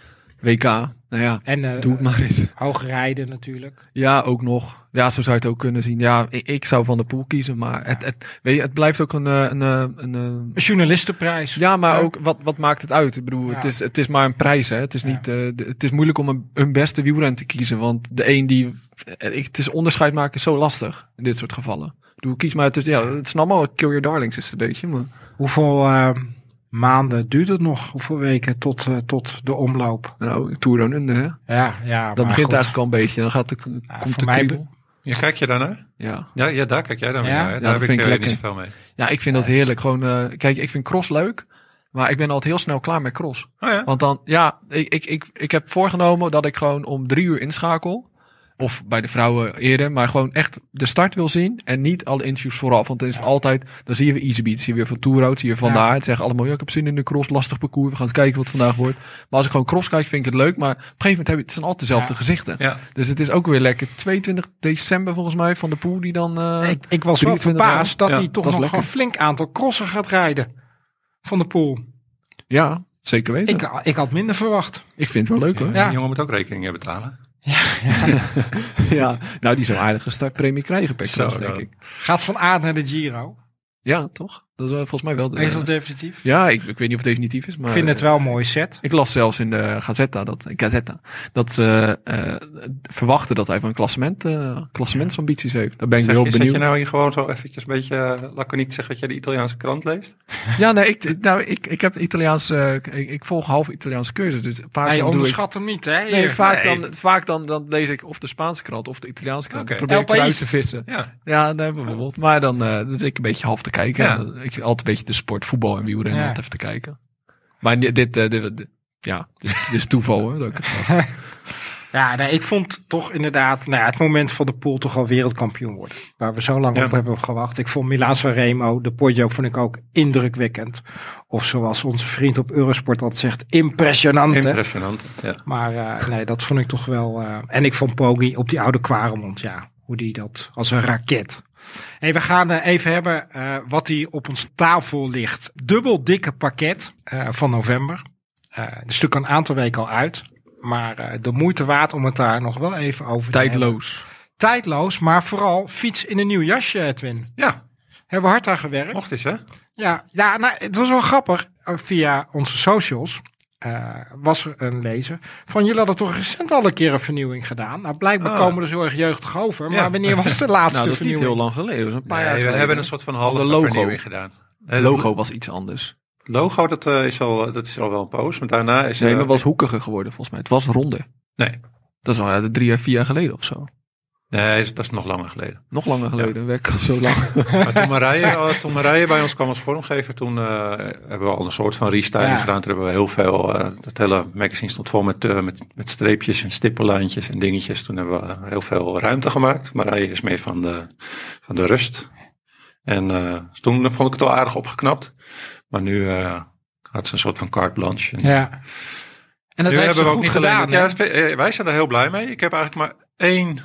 S4: WK. Nou ja,
S2: En eh
S4: doe het maar eens.
S2: hoog rijden natuurlijk.
S4: Ja, ook nog. Ja, zo zou je het ook kunnen zien. Ja, ik, ik zou van de Poel kiezen. Maar het, het, weet je, het blijft ook een... eh, een, eh, een, eh,
S2: Een journalistenprijs.
S4: Ja, maar
S2: Ja.
S4: ook wat, wat maakt het uit? Ik bedoel, het,
S2: Ja.
S4: is, het is maar een prijs. Hè? Het, is
S2: Ja.
S4: niet, eh, de- het is moeilijk om een, een beste wielren te kiezen. Want de een die. eh, ik- Het is onderscheid maken is zo lastig in dit soort gevallen. Ik bedoel, kies maar tussen. Ja, het is allemaal Kill Your Darlings is het een beetje. Maar,
S2: Hoeveel eh, maanden duurt het nog? Hoeveel weken tot, eh, tot de omloop?
S4: nou, Tour Down Under, hè?
S2: Ja, ja.
S4: Dat
S2: maar
S4: begint
S2: goed.
S4: eigenlijk al een beetje. Dan gaat de, komt
S2: voor
S4: de
S2: mij
S4: kriebel.
S3: Ja, kijk je daarnaar?
S4: Ja.
S3: Ja, ja, daar kijk jij dan weer
S2: Ja?
S3: naar. hè.
S2: Ja,
S4: dat
S3: Daar heb
S4: vind
S3: ik
S4: ik
S3: eh,
S4: lekker.
S3: niet zoveel mee.
S4: ja, ik vind dat
S2: Ja, het-
S4: heerlijk. Gewoon, eh, kijk, ik vind cross leuk. Maar ik ben altijd heel snel klaar met cross.
S3: Oh ja,
S4: Want dan, ja, ik, ik, ik, ik heb voorgenomen dat ik gewoon om drie uur inschakel. Of bij de vrouwen eerder, maar gewoon echt de start wil zien. En niet alle interviews vooraf. Want dan is het altijd, dan zien we EasyBeat, zien we weer van Tourroad, zien we van
S2: Ja.
S4: daar. Het zeggen allemaal, ja, ik heb zin in de cross, lastig parcours. We gaan kijken wat vandaag wordt. Maar als ik gewoon cross kijk, vind ik het leuk. Maar op een gegeven moment heb je, het zijn altijd dezelfde
S2: Ja.
S4: gezichten.
S3: ja.
S4: Dus het is ook weer lekker. 22 december volgens mij van de Poel die dan... eh,
S2: Ik, ik was wel
S4: 23
S2: verbaasd dat
S3: Ja,
S2: hij toch
S4: dat is
S2: nog
S4: lekker.
S2: een flink aantal crossen gaat rijden. Van de pool.
S4: Ja, Zeker weten.
S2: Ik,
S4: Ik,
S2: ik had minder verwacht.
S4: vind het wel leuk hoor.
S3: Ja, die jongen moet ook rekeningen betalen.
S4: Ja. Nou, die zou aardig een startpremie krijgen, Peck.
S3: Zo,
S4: denk
S3: dan.
S4: ik.
S2: Gaat van aard naar de Giro.
S4: Ja, toch? Dat is wel, volgens mij wel de...
S2: Is dat definitief?
S4: Ja, ik, ik weet niet of het definitief is, maar... eh,
S2: Ik vind het wel een mooie set.
S4: Ik las zelfs in de Gazetta dat, Gazetta, dat ze eh, verwachten dat hij van klassement, eh, klassementsambities heeft. Daar ben ik
S3: Zeg
S4: heel
S3: je, zit
S4: benieuwd.
S3: je nou hier gewoon zo eventjes een beetje eh, laconiek zeggen dat jij de Italiaanse krant leest?
S4: Ja, nee, ik, nou, ik, ik heb Italiaans, eh, ik, ik volg half Italiaanse cursus, dus vaak
S2: Hij
S4: dan doe ik...
S2: onderschat hem niet, hè?
S4: Nee,
S2: Hier.
S4: vaak,
S3: nee.
S4: Dan, vaak dan, dan lees ik of de Spaanse krant of de Italiaanse krant.
S3: Oké.
S4: Dan probeer
S2: El
S4: ik eruit
S2: País.
S4: te vissen.
S3: Ja.
S4: Ja, nee, bijvoorbeeld. Maar dan eh, dan zit ik een beetje half te kijken.
S3: Ja.
S4: En dan- ik zit altijd een beetje de sport, voetbal en wielrennen
S2: Ja.
S4: altijd even te kijken. Maar ni- dit, eh, dit, dit- ja, dit, dit is toeval hoor. Dat ik het zag.
S2: Ja, nee, ik vond toch inderdaad nou ja, het moment van de pool toch al wereldkampioen worden. Waar we zo lang
S3: Ja.
S2: op hebben gewacht. Ik vond Milaan Sanremo, de Poggio, vond ik ook indrukwekkend. Of zoals onze vriend op Eurosport dat zegt, impressionante.
S3: Impressionant. Ja.
S2: maar eh, nee, dat vond ik toch wel... eh, en ik vond Poggi op die oude Quaremont, ja. Hoe die dat, als een raket. Hey, we gaan eh, even hebben eh, wat hier op ons tafel ligt. Dubbel dikke pakket eh, van november. Eh het is natuurlijk een aantal weken al uit. Maar eh, de moeite waard om het daar nog wel even over te hebben.
S4: Tijdloos.
S2: Tijdloos, maar vooral fiets in een nieuw jasje, Twin.
S3: ja,
S2: Hebben we hard aan gewerkt.
S3: mocht eens hè.
S2: Ja, ja nou, het was wel grappig. Eh, Via onze socials eh, was er een lezer van jullie hadden toch recent al een keer een vernieuwing gedaan. Nou, blijkbaar
S3: Ah.
S2: komen we er zo erg jeugdig over. Maar
S3: Ja.
S2: wanneer was de laatste
S4: Nou, dat is niet
S2: vernieuwing?
S4: heel lang geleden. Dat is een paar
S3: Nee,
S4: jaar
S3: we
S4: geleden.
S3: hebben een soort van halve
S4: Ander logo.
S3: vernieuwing gedaan. Nee,
S4: Het
S3: dat-
S4: logo was iets anders.
S3: het logo dat, eh, is al, dat is al wel een poos, maar daarna is...
S4: Nee,
S3: eh,
S4: maar het was hoekiger geworden volgens mij. Het was ronder.
S3: Nee.
S4: Dat is al ja, drie à vier jaar geleden of zo.
S3: nee, is- dat is nog langer geleden.
S4: Nog langer geleden. Werk al zo lang.
S3: Maar toen Marije, eh, toen Marije bij ons kwam als vormgever, toen eh, hebben we al een soort van restyling
S2: Ja.
S3: gedaan. Toen hebben we heel veel, eh het hele magazine stond vol met, eh, met, met streepjes en stippenlijntjes en dingetjes. Toen hebben we heel veel ruimte gemaakt. Marije is meer van de, van de rust. En eh, toen vond ik het al aardig opgeknapt. Maar nu eh, had ze een soort van carte blanche. En
S2: Ja. En dat
S3: nu
S2: hebben
S3: hebben
S2: ze
S3: we ook
S2: goed
S3: niet
S2: gedaan. hè?
S3: alleen... dat- ja, eh, wij zijn er heel blij mee. Ik heb eigenlijk maar één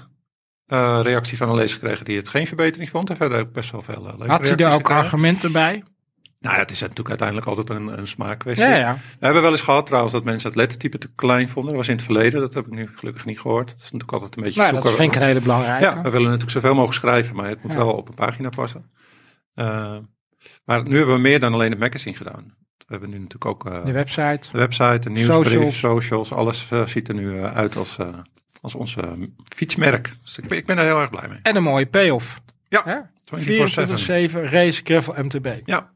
S3: eh, reactie van een lezer gekregen die het geen verbetering vond. En verder ook best wel veel eh, leuke
S2: Had hij
S3: reacties
S2: er ook
S3: gekregen.
S2: argumenten bij?
S3: Nou ja, het is natuurlijk uiteindelijk altijd een, een smaakkwestie.
S2: Ja, ja.
S3: We hebben wel eens gehad trouwens dat mensen het lettertype te klein vonden. Dat was in het verleden, dat heb ik nu gelukkig niet gehoord. Dat is natuurlijk altijd een beetje
S2: Nou, dat
S3: zoeken.
S2: vind ik een hele belangrijke.
S3: ja, we willen natuurlijk zoveel mogelijk schrijven, maar het moet
S2: Ja.
S3: wel op een pagina passen. Eh, maar nu hebben we meer dan alleen het magazine gedaan. We hebben nu natuurlijk ook eh,
S2: De website.
S3: de website, de nieuwsbrief,
S2: Socials.
S3: socials, alles eh, ziet er nu eh, uit als, eh, als ons eh, fietsmerk. Dus ik ben, ik ben er heel erg blij mee.
S2: En een mooie payoff.
S3: Ja,
S2: Hè? 24-7
S3: 24/7.
S2: race gravel MTB.
S3: Ja.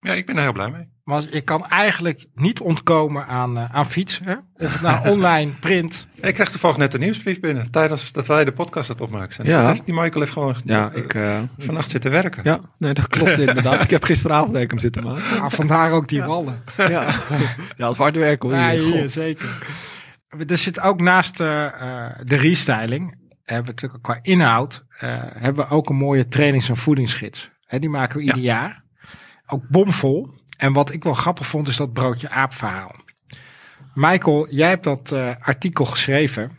S3: ja, ik ben er heel blij mee.
S2: Want je kan eigenlijk niet ontkomen aan, eh, aan fietsen. hè? Of het nou online, print.
S3: Ik kreeg toevallig net een nieuwsbrief binnen tijdens dat wij de podcast het opmaken zijn.
S4: Ja.
S3: Dat heeft- die Michael heeft gewoon
S4: ja, ik... eh,
S3: vannacht zitten werken.
S4: ja, nee, dat klopt inderdaad. Ik heb gisteravond eigenlijk hem zitten maken.
S2: Ja, vandaar ook die wallen.
S4: Ja, ja dat is hard werk hoor.
S2: Ja,
S4: Hier,
S2: hier,
S4: God.
S2: zeker. Er zit ook naast eh, eh, de restyling, eh, hebben we natuurlijk ook qua inhoud, eh, hebben we ook een mooie trainings- en voedingsgids. Hè, die maken we ieder jaar. Ook bomvol. En wat ik wel grappig vond, is dat broodje aap verhaal. Michael, jij hebt dat eh, artikel geschreven.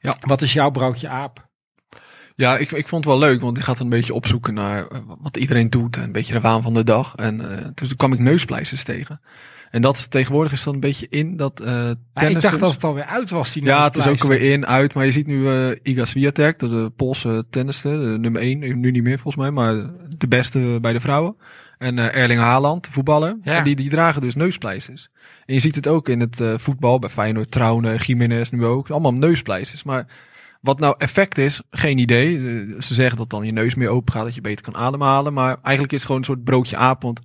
S4: Ja.
S2: Wat is jouw broodje aap?
S4: Ja, ik, ik vond het wel leuk, want die gaat een beetje opzoeken naar eh, wat iedereen doet. en Een beetje de waan van de dag. En eh, toen toen kwam ik neuspleisters tegen. En dat tegenwoordig is dan een beetje in dat eh
S2: Ja, ik
S4: tennissers-
S2: dacht dat het alweer uit was. Die
S4: Ja, het is ook
S2: neuspleister.
S4: alweer in, uit. Maar je ziet nu eh Iga Swiatek, de, de Poolse tennister, de nummer 1. Nu niet meer volgens mij, maar de beste bij de vrouwen. En eh, Erling Haaland, de voetballer.
S2: Ja.
S4: En die, die dragen dus neuspleisters. En je ziet het ook in het eh, voetbal, bij Feyenoord, Trouwen, Jiménez nu ook. Allemaal neuspleisters. Maar wat nou effect is, geen idee. Eh, ze zeggen dat dan je neus meer open gaat, dat je beter kan ademhalen. Maar eigenlijk is het gewoon een soort broodje aap, want...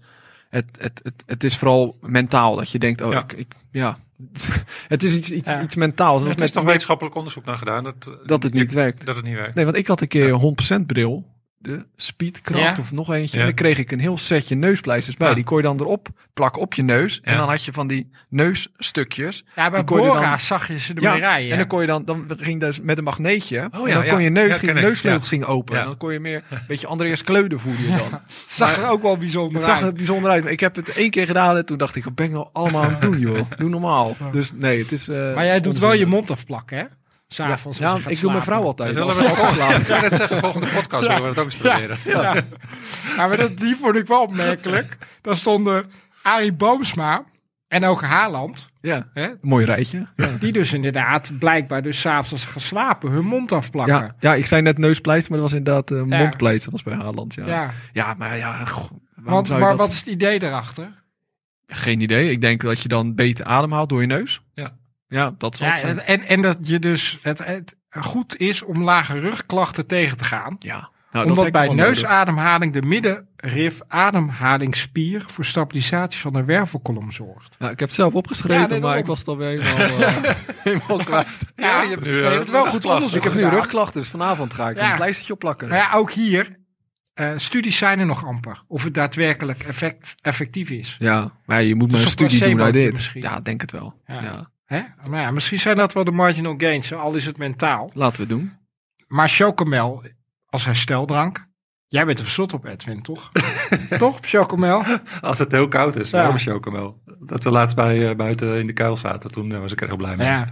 S4: Het, het, het, het is vooral mentaal dat je denkt, oh,
S3: Ja.
S4: ik, ik, ja. het is iets, iets,
S2: Ja.
S4: iets mentaals.
S3: Er
S4: Dat
S3: is
S4: mensen
S3: toch wetenschappelijk onderzoek naar gedaan dat, eh,
S4: dat het niet werkt.
S3: dat het niet werkt.
S4: Nee, want ik had een keer een 100% bril. De speedkracht
S2: Ja.
S4: of nog eentje.
S3: Ja.
S4: En dan kreeg ik een heel setje neuspleisters bij.
S3: Ja.
S4: Die kon je dan erop plakken op je neus. En
S3: Ja.
S4: dan had je van die neusstukjes.
S2: Ja, bij
S4: die kon je er dan-
S2: Bora zag je ze ermee rijden.
S4: en dan kon je dan, dan ging dus met een magneetje.
S3: Oh
S4: en
S3: ja,
S4: dan
S3: ja.
S4: kon je neus,
S3: Ja,
S4: ging,
S3: ken ik.
S4: neusvleugels
S3: Ja.
S4: gingen open.
S3: Ja.
S4: En dan kon je meer, een beetje Andreas Kleude voelde je dan.
S2: het zag er ook wel bijzonder
S4: Het
S2: uit.
S4: zag er bijzonder uit. Maar Ik heb het één keer gedaan en toen dacht ik, wat ben ik nou allemaal aan het doen joh. Doe normaal. Dus nee, het is... eh,
S2: Maar jij doet wel
S4: onzin.
S2: je mond afplakken, hè? S'avonds.
S4: Ja, ik doe mijn vrouw altijd.
S3: Dat
S4: als
S3: willen we
S4: ze afslaat.
S3: Ik ga net zeggen, volgende podcast willen we dat ook eens proberen.
S2: Ja. Ja, maar dat, die vond ik wel opmerkelijk. Daar stonden Arie Boomsma En ook Haaland,
S4: Ja,
S2: hè,
S4: mooi rijtje.
S2: die dus inderdaad blijkbaar dus s'avonds als ze gaan slapen hun mond afplakken.
S4: Ja, ja, ik zei net neuspleits, maar dat was inderdaad eh
S2: Ja.
S4: mondpleits. Dat was bij Haaland, ja. Ja,
S2: Ja.
S4: maar ja, goh, waarom
S2: Want,
S4: zou je
S2: maar
S4: dat...
S2: wat is het idee daarachter?
S4: Geen idee. Ik denk dat je dan beter ademhaalt door je neus.
S3: Ja.
S4: Ja, dat zal
S2: Ja,
S4: het zijn.
S2: en, en, en dat je dus het, het goed is om lage rugklachten tegen te gaan.
S4: Ja. Nou,
S2: omdat
S4: dat
S2: bij
S4: neusadem
S2: neusademhaling de middenrif ademhalingsspier voor stabilisatie van de wervelkolom zorgt.
S4: Nou, ik heb het zelf opgeschreven,
S2: Ja, nee,
S4: maar
S2: daarom.
S4: ik was het alweer helemaal, eh, helemaal kwijt.
S2: Ja,
S3: je hebt nu,
S2: je
S3: eh,
S2: hebt het wel goed
S3: rugklachten.
S2: onderzoek
S4: Ik heb nu
S2: gedaan.
S4: rugklachten, dus vanavond ga ik
S2: Ja.
S4: een pleistertje opplakken.
S2: Maar ja, ook hier, eh, studies zijn er nog amper. Of het daadwerkelijk effect, effectief is.
S4: Ja, maar je moet maar een
S2: Dus een
S4: studie doen naar
S2: placebootje
S4: dit.
S2: misschien.
S4: Ja, denk het wel.
S2: Ja.
S4: Ja.
S2: Hè? Maar ja, misschien zijn dat wel de marginal gains, hè, al is het mentaal.
S4: Laten we het doen.
S2: Maar chocomel als hersteldrank. Jij bent er verzot op, Edwin, toch? toch, op chocomel?
S3: Als het heel koud is,
S2: Ja.
S3: warme chocomel. Dat we laatst bij, eh, buiten in de kuil zaten, toen eh, was ik er heel blij mee.
S2: Ja.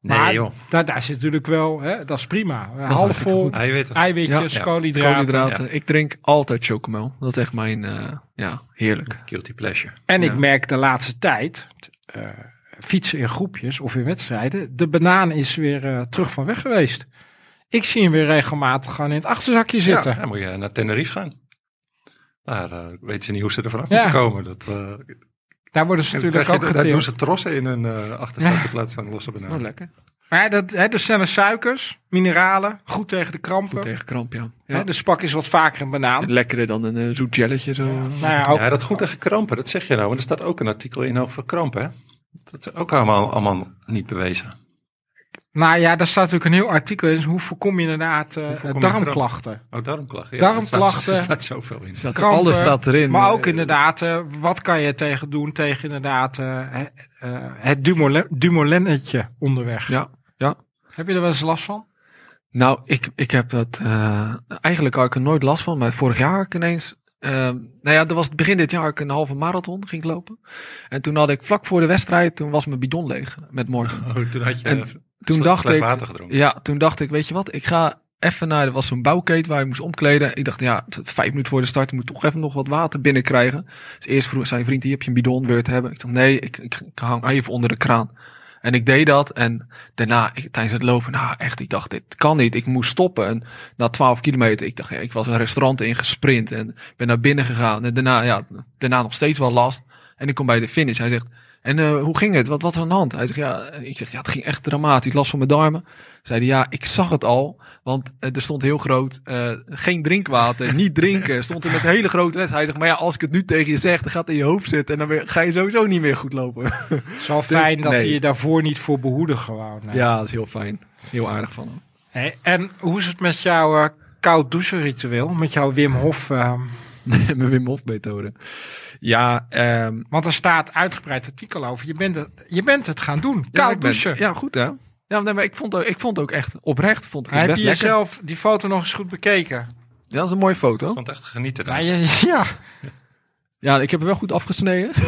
S3: Nee,
S2: maar
S3: joh.
S2: Daar, daar zit natuurlijk wel, hè, dat is prima. Half
S4: hartstikke
S2: vol,
S4: goed.
S3: Hij Ah, weet het.
S2: eiwitjes,
S3: Ja, ja.
S2: koolhydraten.
S4: Koolhydraten. Ik drink altijd chocomel. Dat is echt mijn, eh, ja, heerlijk.
S3: Guilty pleasure.
S2: En
S4: Ja.
S2: ik merk de laatste tijd, eh, fietsen in groepjes of in wedstrijden, de banaan is weer eh, terug van weg geweest. Ik zie hem weer regelmatig gewoon in het achterzakje zitten.
S3: Ja, dan moet je naar Tenerife gaan. Daar eh, weten ze niet hoe ze er vanaf
S2: Ja.
S3: moeten komen. Dat, eh,
S2: Daar worden ze
S3: en
S2: natuurlijk
S3: krijg
S2: ook
S3: je- daar doen
S2: getild.
S3: ze trossen in hun eh achterzak in plaats van losse
S4: Oh,
S3: bananen.
S4: lekker.
S2: Maar dat, hè, de snelle suikers, mineralen, goed tegen de krampen.
S4: Goed tegen kramp, ja.
S2: Hè,
S4: ja.
S2: de spak is wat vaker een banaan.
S4: Lekkerder dan een eh, zoet jelletje. Zo.
S2: Nou ja, ook-
S3: Ja, dat goed tegen krampen, dat zeg je nou. Maar er staat ook een artikel in over krampen. hè. Dat is ook allemaal, allemaal niet bewezen.
S2: nou ja, daar staat natuurlijk een heel artikel in. Hoe voorkom je inderdaad eh,
S3: voorkom je
S2: darmklachten?
S3: Ook darmklachten.
S2: Darmklachten.
S3: Er staat zoveel in.
S4: Er staat-
S2: Krampen,
S4: alles staat erin.
S2: Maar ook
S4: Eh,
S2: inderdaad, eh, wat kan je tegen doen? Tegen inderdaad eh, hè, eh, het dumole- dumolennetje onderweg.
S4: Ja, ja.
S2: Heb je er wel eens last van?
S4: Nou, ik, ik heb dat. eh, eigenlijk had ik er nooit last van, maar vorig jaar had ik ineens. ehm, nou ja, dat was het begin dit jaar had ik een halve marathon ging ik lopen. En toen had ik vlak voor de wedstrijd, toen was mijn bidon leeg met Morten.
S3: Oh, toen had je
S4: En
S3: eh,
S4: Toen
S3: slecht-
S4: dacht
S3: slecht
S4: ik,
S3: water gedronken.
S4: ja, toen dacht ik, weet je wat, ik ga even naar, er was zo'n bouwketen waar je moest omkleden. Ik dacht, ja, t- vijf minuten voor de start, ik moet toch even nog wat water binnenkrijgen. Dus eerst vroeg zijn vriend, hier heb je een bidon, wil je het hebben? Ik dacht, nee, ik, ik, ik hang even onder de kraan. En ik deed dat en daarna, ik- tijdens het lopen, nou echt, ik dacht, dit kan niet. Ik moest stoppen en na 12 kilometer, ik dacht, ja, ik was een restaurant ingesprint en ben naar binnen gegaan. En daarna, ja, daarna nog steeds wel last. En ik kom bij de finish. Hij zegt, en eh, hoe ging het? Wat was er aan de hand? Hij zegt, ja, en ik zeg, ja, het ging echt dramatisch. Last van mijn darmen. Zei hij, ja, ik zag het al. Want eh, er stond heel groot, eh, geen drinkwater, niet drinken. Stond er met hele grote les. Hij zegt, maar ja, als ik het nu tegen je zeg, dan gaat het in je hoofd zitten. En dan weer- ga je sowieso niet meer goed lopen.
S2: Het is wel fijn dat
S4: Dus nee.
S2: hij je daarvoor niet voor behoeden gewoon. hè.
S4: Ja, dat is heel fijn. Heel aardig van hem.
S2: Hé, en hoe is het met jouw eh, koud douchen ritueel? Met jouw Wim Hof? eh,
S4: Mijn Wim Hof methode. Ja, ehm,
S2: want er staat uitgebreid artikel over. Je bent het, je bent het gaan doen.
S4: ja,
S2: Koud
S4: ik ben-
S2: douchen.
S4: Ja, goed hè. Ja, nee, maar ik vond, ook- ik vond ook echt oprecht, vond ik het
S2: Heb je
S4: best lekker.
S2: jezelf die foto nog eens goed bekeken?
S4: Ja, dat is een mooie foto.
S3: stond echt te genieten.
S2: Ja,
S3: daar.
S2: je- ja.
S4: Ja, ik heb hem wel goed afgesneden.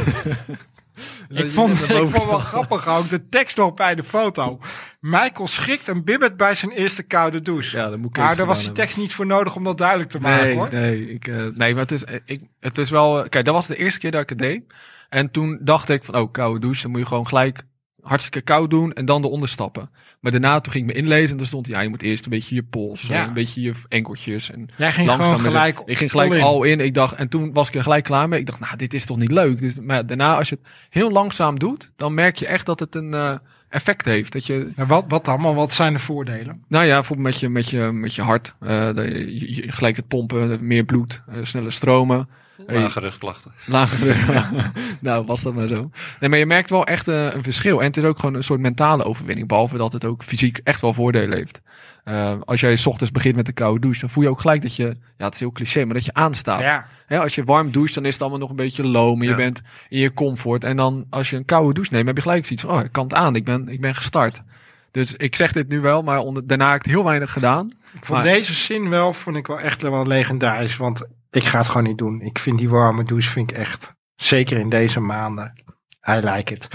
S4: Dus
S2: ik vond ik vond wel grappig ook de tekst nog bij de foto. Michael schrikt een bibbet bij zijn eerste koude douche.
S4: Ja, dat moet ik
S2: maar
S4: eens
S2: daar was die
S4: gedaan
S2: tekst niet voor nodig om dat duidelijk te maken
S4: hebben.
S2: hoor.
S4: Nee, nee, ik, eh, nee, maar het is, eh, ik, het is wel... eh, kijk, dat was de eerste keer dat ik het deed. En toen dacht ik van, oh, koude douche. Dan moet je gewoon gelijk hartstikke koud doen en dan eronder stappen. Maar daarna, toen ging ik me inlezen en daar stond... Ja, je moet eerst een beetje je pols,
S2: Ja.
S4: eh, een beetje je enkeltjes en
S2: Jij ging
S4: langzaam.
S2: gewoon gelijk
S4: ik ging gelijk
S2: all in.
S4: al in. Ik dacht, en toen was ik er gelijk klaar mee. Ik dacht, nou, dit is toch niet leuk. Dus, maar daarna, als je het heel langzaam doet, dan merk je echt dat het een eh, effect heeft. Dat je,
S2: Nou, wat, wat dan? Maar wat zijn de voordelen?
S4: nou ja, bijvoorbeeld met je, met je, met je hart. eh, dat je- je- je- gelijk het pompen, meer bloed, eh, snelle stromen. eh,
S3: Lage rugklachten.
S4: Lagere. nou, was dat maar zo. Nee, maar je merkt wel echt eh, een verschil. En het is ook gewoon een soort mentale overwinning. Behalve dat het ook fysiek echt wel voordelen heeft. Eh, als jij 's ochtends begint met een koude douche, dan voel je ook gelijk dat je, ja, het is heel cliché, maar dat je aanstaat.
S2: Ja.
S4: Hè, als je warm doucht, dan is het allemaal nog een beetje loom. En
S3: Ja.
S4: je bent in je comfort. En dan als je een koude douche neemt, heb je gelijk zoiets van... Oh, ik kan het aan. Ik ben, ik ben gestart. Dus ik zeg dit nu wel, maar onder, daarna heb ik het heel weinig gedaan.
S2: Ik vond
S4: Maar-
S2: deze zin wel, vond ik wel echt wel legendarisch. Want ik ga het gewoon niet doen. Ik vind die warme douche, vind ik echt. Zeker in deze maanden. I like it.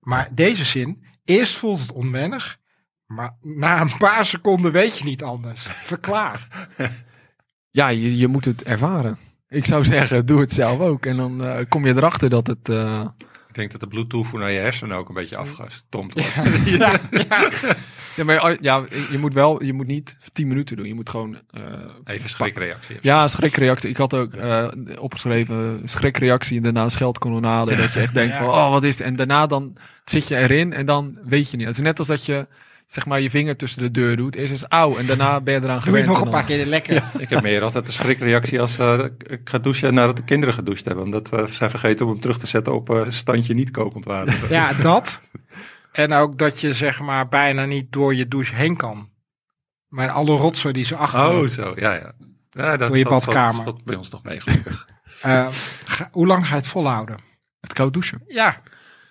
S2: Maar deze zin, eerst voelt het onwennig. Maar na een paar seconden weet je niet anders. Verklaar.
S4: Ja, je, je moet het ervaren. Ik zou zeggen, doe het zelf ook. En dan eh, kom je erachter dat het... eh,
S3: Ik denk dat de bluetooth naar je hersenen ook een beetje afgestompd wordt.
S4: Ja, ja. ja maar al- ja, je moet wel, je moet niet 10 minuten doen. Je moet gewoon eh,
S3: Even schrikreactie. of zo.
S4: Ja, schrikreactie. Ik had ook eh, opgeschreven schrikreactie en daarna een scheldkolonade. Dat je echt denkt
S1: Ja.
S4: van, oh wat is het? En daarna dan zit je erin en dan weet je niet. Het is net als dat je, zeg maar, je vinger tussen de deur doet. Eerst is auw en daarna ben je eraan
S2: Doe je
S4: gewend.
S2: nog
S4: en
S2: een
S4: dan-
S2: paar keer lekker.
S3: Ik heb meer altijd de schrikreactie als eh, ik ga douchen nadat de kinderen gedoucht hebben. Omdat eh, ze zijn vergeten om hem terug te zetten op eh, standje niet kokend water.
S2: Ja, dat. En ook dat je zeg maar bijna niet door je douche heen kan. Maar alle rotzooi die ze achter.
S3: Oh, zo. Ja, ja. ja dat
S2: Door je
S3: valt- valt-
S2: badkamer.
S3: valt bij ons nog mee, gelukkig.
S2: Eh, ga- hoe lang ga je het volhouden?
S4: Het koud douchen.
S2: Ja,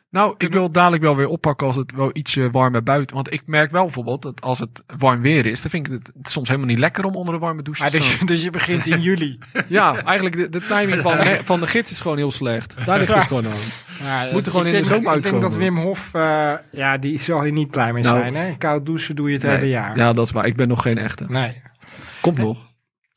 S4: Nou, ik wil het dadelijk wel weer oppakken als het wel ietsje warmer buiten. Want ik merk wel bijvoorbeeld dat als het warm weer is, dan vind ik het soms helemaal niet lekker om onder een warme douche
S2: maar
S4: te
S2: dus,
S4: staan.
S2: je- dus je begint in juli.
S4: Ja, eigenlijk de, de timing van, van de gids is gewoon heel slecht. Daar ligt het gewoon aan.
S2: Ja,
S4: Moet er gewoon
S2: ik
S4: in de
S2: denk-
S4: zomer
S2: Ik denk dat
S4: uitkomen.
S2: Wim Hof, eh, ja, die zal hier niet blij mee
S4: Nou.
S2: zijn. Hè? Koud douchen doe je het hele
S4: Nee.
S2: jaar.
S4: Ja, dat is waar. Ik ben nog geen echte.
S2: Nee.
S4: Komt nog.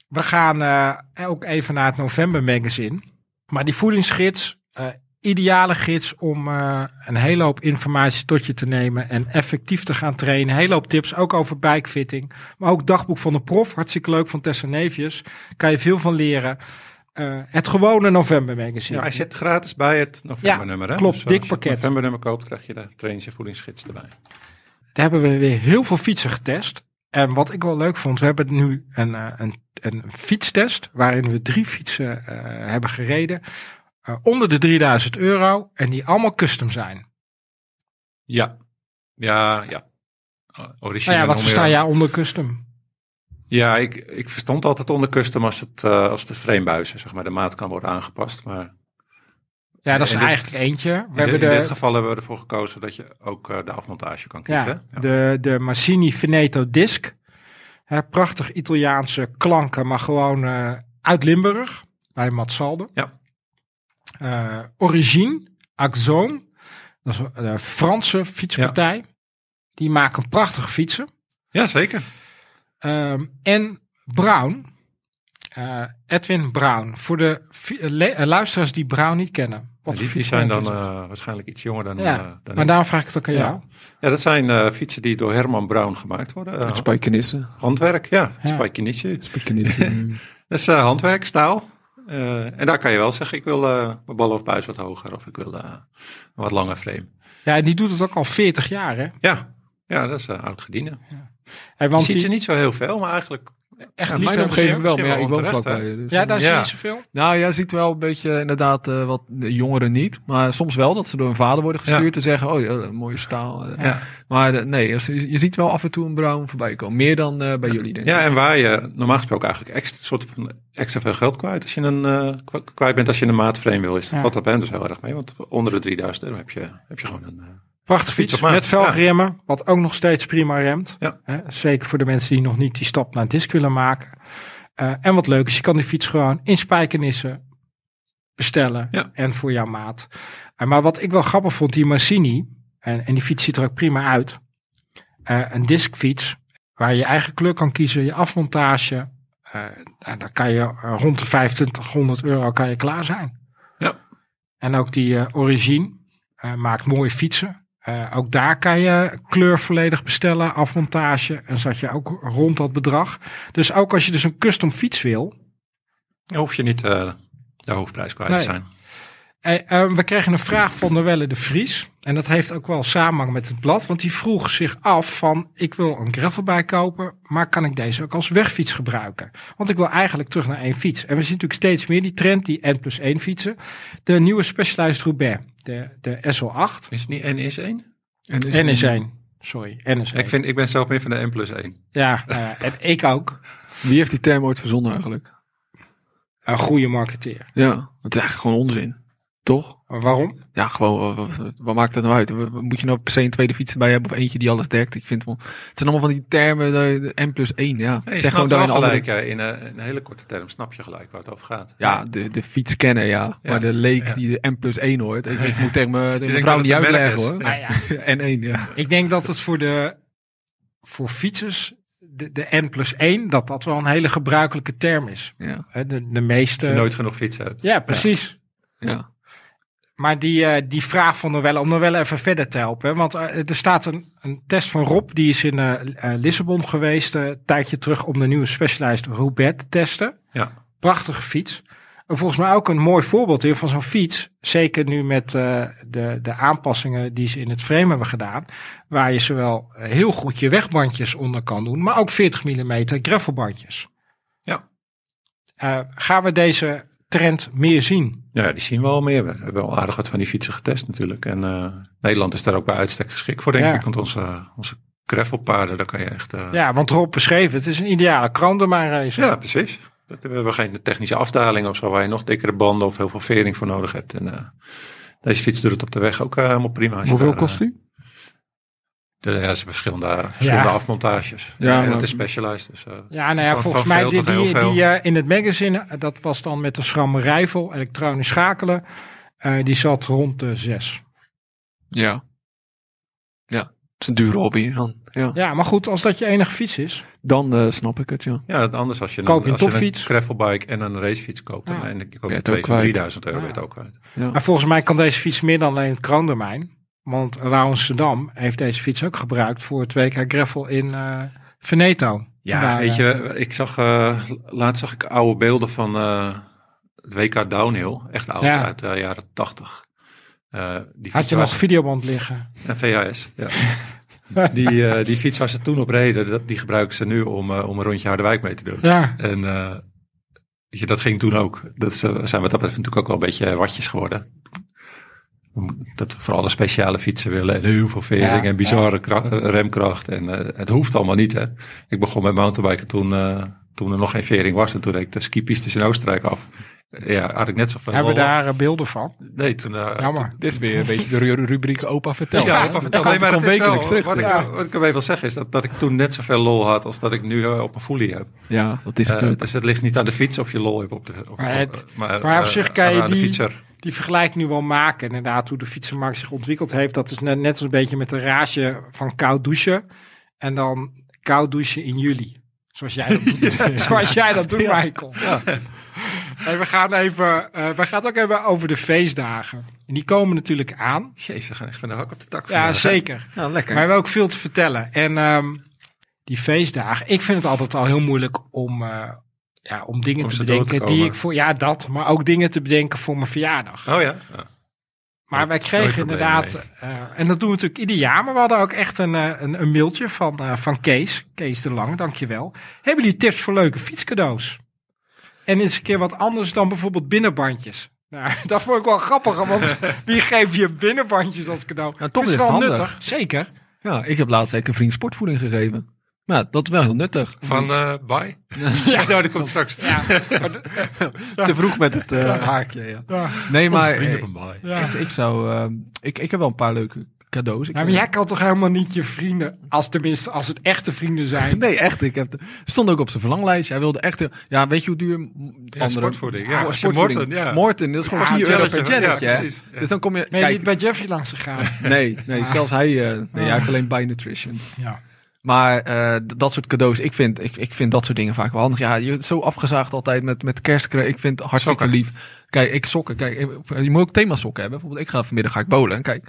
S2: We gaan eh, ook even naar het November Magazine. Maar die voedingsgids, eh, ideale gids om eh, een hele hoop informatie tot je te nemen en effectief te gaan trainen. Een hele hoop tips, ook over bikefitting. Maar ook dagboek van de prof, hartstikke leuk van Tessa Neefjes. Kan je veel van leren. Eh, het gewone November Magazine.
S3: Ja, hij zit gratis bij het novembernummer. hè?
S2: klopt,
S3: eh,
S2: dik
S3: als je het
S2: pakket.
S3: novembernummer koopt, krijg je de trainings- en voedingsgids erbij.
S2: Daar hebben we weer heel veel fietsen getest. En wat ik wel leuk vond, we hebben nu een, eh, een, een fietstest waarin we drie fietsen eh, hebben gereden. eh, onder de 3000 euro en die allemaal custom zijn.
S3: Ja. Ja, ja. Eh,
S2: Nou
S3: Origineel.
S2: ja, wat
S3: meer-
S2: versta jij onder custom?
S3: Ja, ik, ik verstond altijd onder custom als, het, eh, als de framebuizen, zeg maar, de maat kan worden aangepast. Maar
S2: Ja, dat is
S3: In dit-
S2: eigenlijk eentje. We
S3: in,
S2: hebben
S3: dit- in dit
S2: de,
S3: geval hebben we ervoor gekozen dat je ook eh, de afmontage kan kiezen.
S2: ja,
S3: hè? Ja.
S2: de, de Massini Veneto Disc. Hè, prachtig Italiaanse klanken, maar gewoon eh, uit Limburg. Bij Matsalde.
S3: Ja.
S2: Eh, Origine, Axon. Dat is een eh, Franse fietspartij. Die maken prachtige fietsen.
S3: Ja, zeker.
S2: Ehm, en Brown, eh, Edwin Brown, voor de fi- eh, le- eh, luisteraars die Brown niet kennen. Wat
S3: die,
S2: voor
S3: die zijn dan
S2: fietsmerk is het?
S3: eh, waarschijnlijk iets jonger dan.
S2: Ja,
S3: eh, dan
S2: maar
S3: ik.
S2: daarom vraag ik het ook aan
S3: Ja.
S2: jou.
S3: ja, dat zijn eh, fietsen die door Herman Brown gemaakt worden. Eh,
S4: Spijkenissen.
S3: handwerk, ja.
S2: Ja.
S3: ja. Spijkenietje.
S4: Spijkenissen.
S3: Dat is eh, handwerk, staal. Eh, en daar kan je wel zeggen, ik wil eh, mijn ballen of buis wat hoger of ik wil eh, een wat langer frame.
S2: Ja, en die doet het ook al 40 jaar, hè?
S3: Ja, ja dat is eh, oud gediende.
S2: Hey,
S3: Je
S2: want
S3: ziet
S2: die,
S3: ze niet zo heel veel, maar eigenlijk...
S2: echt
S3: Ja,
S2: lief
S3: mijn
S4: Mijn
S2: hebben ze.
S4: omgeving wel, maar ja, ik
S3: misschien wel
S4: woon
S3: onterecht,
S4: vlakbij. Dus
S2: Ja, daar is
S3: Ja.
S2: niet zoveel.
S4: Nou, jij ziet wel een beetje inderdaad eh, wat de jongeren niet. Maar soms wel dat ze door hun vader worden gestuurd en zeggen, oh, ja, een mooie staal. eh.
S3: Ja.
S4: Maar eh, nee, als- je je ziet wel af en toe een Brown voorbij komen. Meer dan eh, bij jullie, denk ik.
S3: Ja, en waar je normaal gesproken eigenlijk extra, soort van extra veel geld kwijt, als je een, eh, kwa- kwijt bent als je een maatframe wil, is dat
S2: Ja.
S3: valt dat bij hen dus heel erg mee. Want onder de 3000 euro heb je, heb je gewoon een... eh,
S2: Prachtig
S3: Fiets
S2: fiets,
S3: op maat.
S2: met velgremmen, wat ook nog steeds prima remt.
S3: Ja.
S2: Hè, zeker voor de mensen die nog niet die stap naar disc willen maken. Eh, en wat leuk is, je kan die fiets gewoon in spijkenissen bestellen
S3: Ja.
S2: en voor jouw maat. Eh, maar wat ik wel grappig vond, die Massini, en, en die fiets ziet er ook prima uit. eh, een discfiets waar je je eigen kleur kan kiezen, je afmontage. eh en dan kan je eh, rond de 2500 euro kan je klaar zijn.
S3: Ja.
S2: En ook die eh, Origine eh, maakt mooie fietsen. Eh, ook daar kan je kleur volledig bestellen, afmontage. En zat je ook rond dat bedrag. Dus ook als je dus een custom fiets wil.
S3: dan hoef je niet eh, de hoofdprijs kwijt
S2: Nee.
S3: te zijn.
S2: Eh, eh, we kregen een vraag van Noelle de Vries. En dat heeft ook wel samenhang met het blad. Want die vroeg zich af van, ik wil een gravelbike kopen. Maar kan ik deze ook als wegfiets gebruiken? Want ik wil eigenlijk terug naar één fiets. En we zien natuurlijk steeds meer die trend, die N plus 1 fietsen. De nieuwe Specialized Roubaix, de, de SL8.
S3: Is het niet N is 1?
S4: En is-
S2: NS1, sorry, NS1.
S3: Ik, vind, ik ben zelf meer van de N plus 1.
S2: Ja, nou ja, en ik ook.
S4: Wie heeft die term ooit verzonnen eigenlijk?
S2: Een goede marketeer.
S4: Ja, het is eigenlijk gewoon onzin. Toch?
S2: Waarom?
S4: Ja, gewoon, eh, wat, wat maakt dat nou uit? W- w- Moet je nou per se een tweede fiets erbij hebben of eentje die alles dekt? Ik vind wel, het zijn allemaal van die termen, eh, de, de N plus 1, ja.
S3: Nee, je snapt
S4: daar
S3: wel
S4: een andere-
S3: gelijk, eh, in, eh, in een hele korte term snap je gelijk waar het over gaat.
S4: Ja, de, de fiets kennen, ja.
S3: Ja.
S4: Maar de leek
S3: Ja.
S4: die de N plus 1 hoort. Ik, ik moet tegen mijn tegen mijn
S3: denkt
S4: vrouw
S3: dat
S4: niet
S3: het een merk
S4: uitleggen
S3: is.
S4: hoor.
S2: Nou ja,
S4: N1, ja.
S2: ik denk dat het voor de voor fietsers de, de N plus 1, dat dat wel een hele gebruikelijke term is.
S4: ja,
S2: Hè, De, de
S3: Als
S2: meeste.
S3: je nooit genoeg fiets hebt.
S2: Ja, precies.
S4: ja.
S2: Maar die, eh, die vraag van Noelle, om Noelle even verder te helpen. hè, Want eh, er staat een, een test van Rob, die is in eh, eh, Lissabon geweest, eh, een tijdje terug, om de nieuwe Specialized Roubaix te testen.
S4: Ja.
S2: Prachtige fiets. En volgens mij ook een mooi voorbeeld weer van zo'n fiets. Zeker nu met eh, de, de aanpassingen die ze in het frame hebben gedaan. Waar je zowel heel goed je wegbandjes onder kan doen, maar ook 40 mm gravelbandjes.
S4: Ja.
S2: Eh, gaan we deze trend meer zien?
S3: Ja, die zien we al meer. We hebben al aardig wat van die fietsen getest natuurlijk. En eh, Nederland is daar ook bij uitstek geschikt voor, denk
S2: Ja.
S3: ik. Want onze, onze gravelpaarden, daar kan je echt... eh,
S2: Ja, want Rob beschreef het. Het is een ideale krantenmaanrace.
S3: Ja, precies. Dat, we hebben geen technische afdaling of zo, waar je nog dikkere banden of heel veel vering voor nodig hebt. En eh, deze fiets doet het op de weg ook eh, helemaal prima. Als je
S4: Hoeveel
S3: daar, eh,
S4: kost die?
S3: de- ja, ze hebben verschillende, verschillende
S2: Ja.
S3: afmontages.
S4: Ja,
S3: Ja, en
S4: maar-
S3: het is specialized. Dus, eh,
S2: Ja, nou
S3: Van-
S2: ja,
S3: van
S2: volgens mij
S3: veel
S2: die,
S3: tot heel
S2: die,
S3: veel.
S2: die, eh, in het magazine, eh, dat was dan met de schramme rijvel, elektronisch schakelen, eh, die zat rond de zes.
S4: Ja. Ja, het is een dure hobby dan. Ja.
S2: Ja, maar goed, als dat je enige fiets is.
S4: Dan eh, snap ik het, ja.
S3: ja, anders als je,
S2: Koop je een
S3: als je
S2: topfiets?
S3: gravelbike en een racefiets koopt.
S2: Ja.
S3: En, en je
S4: Ben je
S3: koopt
S4: het
S3: twee
S4: ook
S3: van
S4: kwijt.
S3: 3000 euro
S2: Ja.
S3: weet ook uit.
S2: Maar volgens mij kan deze fiets meer dan alleen het kroondomein. Want Amsterdam heeft deze fiets ook gebruikt voor het WK Greffel in eh Veneto.
S3: Ja,
S2: Daar,
S3: weet
S2: eh,
S3: je, ik zag, eh, laatst zag ik oude beelden van eh, het WK Downhill. Echt oud,
S2: Ja.
S3: uit de jaren 80. Eh, die
S2: Had
S3: fiets
S2: je
S3: was-
S2: nog videoband liggen?
S3: En VHS, ja. die, eh, die fiets waar ze toen op reden, dat, die gebruiken ze nu om, eh, om een rondje Harderwijk mee te doen.
S2: Ja,
S3: En eh, weet je, dat ging toen ook. Dat is, eh, zijn we dat betreft natuurlijk ook wel een beetje eh, watjes geworden. Dat we vooral de speciale fietsen willen en heel veel vering
S2: Ja,
S3: en bizarre kra- eh, remkracht. En eh, het hoeft allemaal niet, hè. Ik begon met mountainbiken toen, eh, toen er nog geen vering was. En toen reed ik de skipistes in Oostenrijk af. Eh, Ja, had ik net zoveel.
S2: hebben we
S3: lol.
S2: daar Nou, eh, beelden van?
S3: Nee, toen... eh,
S2: Jammer.
S4: Dit is weer een beetje de ru- rubriek opa vertel.
S3: Ja, ik kan vertellen. Nee, maar
S4: kan
S3: het is wel,
S4: wekelijks terug.
S3: Wat, ik,
S4: denk ik.
S3: wat ik ermee wil zeggen is dat, dat ik toen net zoveel lol had als dat ik nu eh, op mijn foelie heb.
S4: Ja, dat is het
S3: Eh,
S4: ook.
S3: dus het ligt niet aan de fiets of je lol hebt op de op,
S2: Maar het-
S3: op- maar,
S2: maar op
S3: eh,
S2: zich kan je
S3: aan de
S2: die-
S3: fietser.
S2: die vergelijk nu wel maken. Inderdaad, hoe de fietsenmarkt zich ontwikkeld heeft. Dat is net, net als een beetje met de rage van koud douchen. En dan koud douchen in juli. Zoals jij dat doet, Zoals jij dat doet Michael. Hey, we, gaan even, eh, we gaan het ook even over de feestdagen. En die komen natuurlijk aan.
S3: Jezus, we gaan echt van de hak op de tak.
S2: Ja,
S3: vandaag, hè?
S2: zeker.
S4: Nou,
S2: Maar
S4: lekker.
S2: we hebben ook veel te vertellen. En ehm, die feestdagen, ik vind het altijd al heel moeilijk om, eh, ja, om dingen
S3: Om
S2: te
S3: ze door te
S2: bedenken die
S3: komen.
S2: ik voor. Ja, dat. Maar ook dingen te bedenken voor mijn verjaardag.
S3: Oh ja. ja.
S2: Maar wij kregen
S3: probleem,
S2: inderdaad, eh, en dat doen we natuurlijk ieder jaar, maar we hadden ook echt een, eh, een, een mailtje van, eh, van Kees, Kees de Lang, dankjewel. Hebben jullie tips voor leuke fietscadeaus? En eens een keer wat anders dan bijvoorbeeld binnenbandjes. Nou, dat vond ik wel grappig, want wie geeft je binnenbandjes als cadeau?
S4: Nou, Tom
S2: Het
S4: is
S2: wel
S4: handig.
S2: nuttig, zeker.
S4: Ja, ik heb laatst eigenlijk een vriend sportvoeding gegeven. Maar dat is wel heel nuttig.
S3: Van eh bye. Ja, nou, dat komt straks.
S2: Ja,
S4: Te vroeg met het eh, haakje, ja.
S2: ja.
S4: Nee, maar
S3: Vrienden
S4: eh,
S3: van bye.
S2: ja.
S4: ik, ik zou... ehm, ik, ik heb wel een paar leuke cadeaus. Ik
S2: Nou, maar jij kan toch helemaal niet je vrienden, als tenminste als het echte vrienden zijn.
S4: Nee, echt. Ik heb de- stond ook op zijn verlanglijst. Hij wilde echt... heel- Ja, weet je hoe duur... andere-
S3: sportvoeding, ja.
S4: Oh,
S3: Als je
S4: sportvoeding.
S3: Morten, ja.
S4: Morten, dat is gewoon
S3: Ja,
S4: 4 euro per
S3: jelletje, ja,
S4: jelletje. hè.
S3: precies, ja.
S4: Dus dan kom je...
S2: Ben je
S4: kijk,
S2: niet bij Jeffrey langs gegaan?
S4: nee, nee, zelfs hij... eh, nee, hij heeft alleen bij Nutrition.
S2: Ja.
S4: Maar eh, d- dat soort cadeaus, ik vind, ik, ik vind dat soort dingen vaak wel handig. Ja, je bent zo afgezaagd altijd met, met kerstkra- Ik vind het hartstikke
S3: Sokken.
S4: lief. Kijk, ik sokken. Kijk, ik- je moet ook themasokken hebben. Bijvoorbeeld, ik ga vanmiddag ga ik bowlen. Kijk,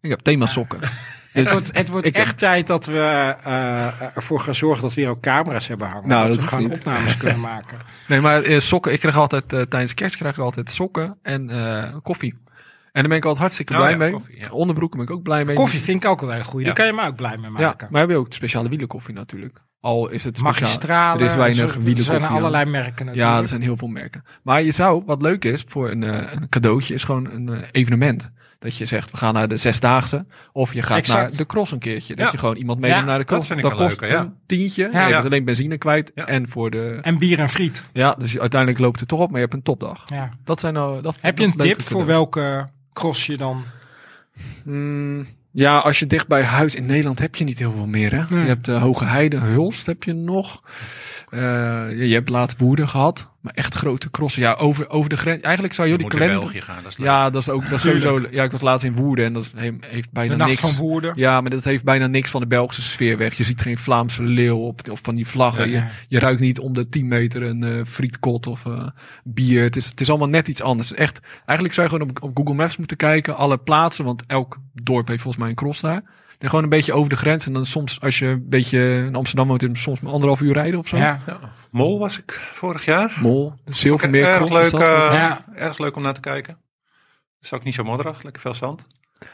S4: ik heb themasokken. Dus-
S2: Het wordt, het wordt
S4: Ik
S2: echt
S4: heb-
S2: tijd dat we eh, ervoor gaan zorgen dat we hier ook camera's hebben hangen.
S4: Nou, dat
S2: we
S4: hoeft
S2: gewoon
S4: niet.
S2: opnames kunnen maken.
S4: Nee, maar eh, sokken. Ik krijg altijd eh, tijdens kerst krijg ik altijd sokken en eh, koffie. En daar ben ik altijd hartstikke
S3: Oh
S4: blij
S3: ja,
S4: mee.
S3: koffie, ja.
S4: Onderbroeken ben ik ook blij mee.
S2: Koffie vind ik ook wel een goede. Daar kan je me ook blij mee
S4: Ja,
S2: maken.
S4: maar heb je ook speciale wielenkoffie natuurlijk. Al is het speciaal.
S2: Magistrale.
S4: Er is weinig
S2: zo- Er zijn
S4: wielenkoffie aan.
S2: allerlei merken natuurlijk.
S4: Ja, er zijn heel veel merken. Maar je zou, wat leuk is voor een, eh, een cadeautje, is gewoon een eh, evenement. Dat je zegt, we gaan naar de Zesdaagse. Of je gaat
S2: Exact.
S4: naar de cross een keertje. Dat
S3: Ja.
S4: je gewoon iemand meeneemt
S2: Ja,
S4: naar de cross.
S3: vind ik
S4: dat
S3: een
S4: kost
S3: leuke, ja.
S4: een tientje.
S2: Ja.
S4: Je
S3: Ja.
S4: bent alleen benzine kwijt.
S3: Ja.
S4: En voor de...
S2: En bier en friet.
S4: Ja, dus je- uiteindelijk loopt het toch op, maar je hebt een topdag.
S2: Ja.
S4: Dat zijn nou... Dat,
S2: Heb je een
S4: dat leuke
S2: tip voor
S4: cadeaus.
S2: welke cross je dan...
S4: Mm, ja, als je dicht bij huis in Nederland heb je niet heel veel meer. Hè?
S2: Nee.
S4: Je hebt eh Hoge Heide, Hulst heb je nog. Eh, je, je hebt laatst Woerden gehad, maar echt grote crossen. Ja, over, over de grens. Eigenlijk zou je,
S5: Je
S4: die
S5: moet naar
S4: kalender...
S5: België gaan, dat is leuk.
S4: Ja, dat is ook dat is sowieso. Ja, ik was laatst in Woerden en dat is- he- heeft
S2: De
S4: bijna
S2: nacht
S4: niks.
S2: van Woerden.
S4: ja, maar dat heeft bijna niks van de Belgische sfeer weg. Je ziet geen Vlaamse leeuw op, op van die vlaggen.
S3: Ja.
S4: Je, je ruikt niet om de 10 meter een eh, frietkot of eh, bier. Het is, het is allemaal net iets anders. Echt, eigenlijk zou je gewoon op, op Google Maps moeten kijken. Alle plaatsen, want elk dorp heeft volgens mij een cross daar. En gewoon een beetje over de grens. En dan soms, als je een beetje in Amsterdam woont, is het soms maar anderhalf uur rijden of zo.
S2: Ja.
S3: Mol was ik vorig jaar.
S4: Mol, Zilvermeer,
S3: erg,
S4: cross, is
S3: leuk,
S4: dat?
S3: eh,
S2: Ja.
S3: erg leuk om naar te kijken. Het is ook niet zo modderig, lekker veel zand.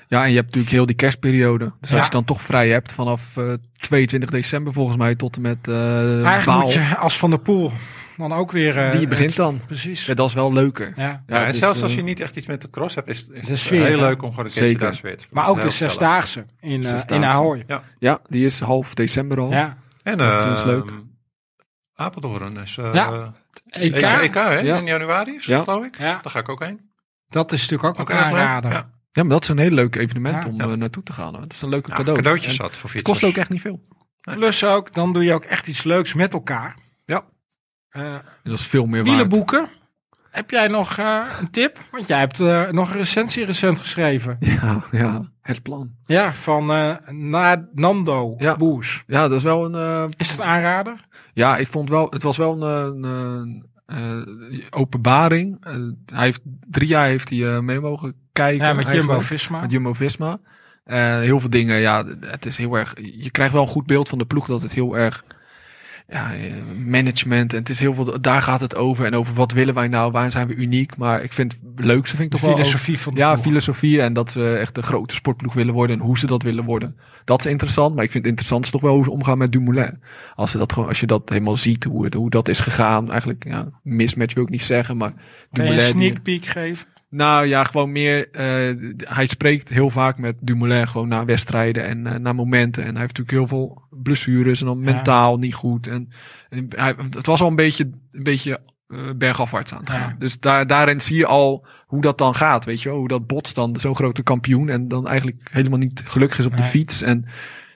S4: Ja, en je hebt natuurlijk heel die kerstperiode. Dus
S2: Ja.
S4: als je dan toch vrij hebt vanaf eh, 22 december volgens mij tot en met eh
S2: Eigenlijk
S4: Baal,
S2: moet je als Van der Poel dan ook weer... eh,
S4: die begint dan.
S2: Precies.
S4: Ja, dat is wel leuker.
S2: Ja.
S3: Ja, en
S4: het is,
S3: zelfs als
S4: eh,
S3: je niet echt iets met de cross hebt, is, is
S2: De
S3: het
S2: sfeer,
S3: heel
S2: hè?
S3: leuk om gewoon een keertje
S4: Zeker.
S3: daar zweet. te
S2: Maar
S3: doen.
S2: ook de
S3: Dat is heel
S2: Zesdaagse in, eh, in
S4: Zesdaagse.
S2: Ahoy.
S4: Ja, die is half december al.
S2: Ja.
S3: En
S4: Dat
S3: eh,
S4: is leuk.
S3: Apeldoorn is eh
S2: Ja. EK,
S3: EK, EK, hè?
S4: Ja.
S3: in januari is het,
S4: Ja.
S3: geloof ik.
S2: Ja.
S3: Daar ga ik ook heen.
S2: dat is natuurlijk ook
S3: Ook
S2: een
S3: erg leuk.
S2: aanrader.
S3: Ja.
S4: Ja, maar dat is een heel leuk evenement
S2: Ja.
S4: om
S3: Ja.
S4: eh, naartoe te gaan. Hoor. Het is een leuke
S3: Ja,
S4: cadeau.
S3: Cadeautjes
S4: En
S3: zat voor
S4: Het
S3: fietsers.
S4: kost ook echt niet veel.
S2: Plus ook, dan doe je ook echt iets leuks met elkaar.
S4: Ja.
S2: Eh,
S4: En dat is veel meer waard.
S2: wielenboeken. Heb jij nog eh, een tip? Want jij hebt eh, nog een recensie recent geschreven.
S4: Ja, ja, het plan.
S2: Ja, van eh, Na- Nando
S4: Ja.
S2: Boers.
S4: Ja, dat is wel een... eh,
S2: Is het een aanrader?
S4: Ja, ik vond wel, het was wel een, eh, een, eh, openbaring. Eh, hij heeft, drie jaar heeft hij eh, mee mogen kijken.
S2: Ja, met
S4: eigenlijk.
S2: Jumbo Visma.
S4: Met Jumbo Visma. Eh, heel veel dingen, ja, het is heel erg. Je krijgt wel een goed beeld van de ploeg dat het heel erg. Ja, eh, management. En het is heel veel. Daar gaat het over. En over wat willen wij nou? Waar zijn we uniek? Maar ik vind het leukste vind
S2: De
S4: ik toch wel. over-
S2: filosofie van de
S4: ja,
S2: ploeg.
S4: filosofie en dat ze echt de grote sportploeg willen worden en hoe ze dat willen worden. Dat is interessant, maar ik vind het interessant toch wel hoe ze omgaan met Dumoulin. Als, ze dat gewoon, als je dat helemaal ziet, hoe, het, hoe dat is gegaan. Eigenlijk, ja, mismatch wil ik niet zeggen, maar
S2: Kan je
S4: Dumoulin...
S2: een
S4: die-
S2: sneak peek geven?
S4: nou ja, gewoon meer. eh, d- hij spreekt heel vaak met Dumoulin gewoon na wedstrijden en eh, na momenten. En hij heeft natuurlijk heel veel blessures en dan
S2: Ja.
S4: mentaal niet goed. En, en hij, het was al een beetje, een beetje eh, bergafwaarts aan het
S2: Ja.
S4: gaan. Dus daar, daarin zie je al hoe dat dan gaat, weet je wel. Hoe dat botst dan, zo'n grote kampioen. En dan eigenlijk helemaal niet gelukkig is op
S2: Nee.
S4: de fiets. En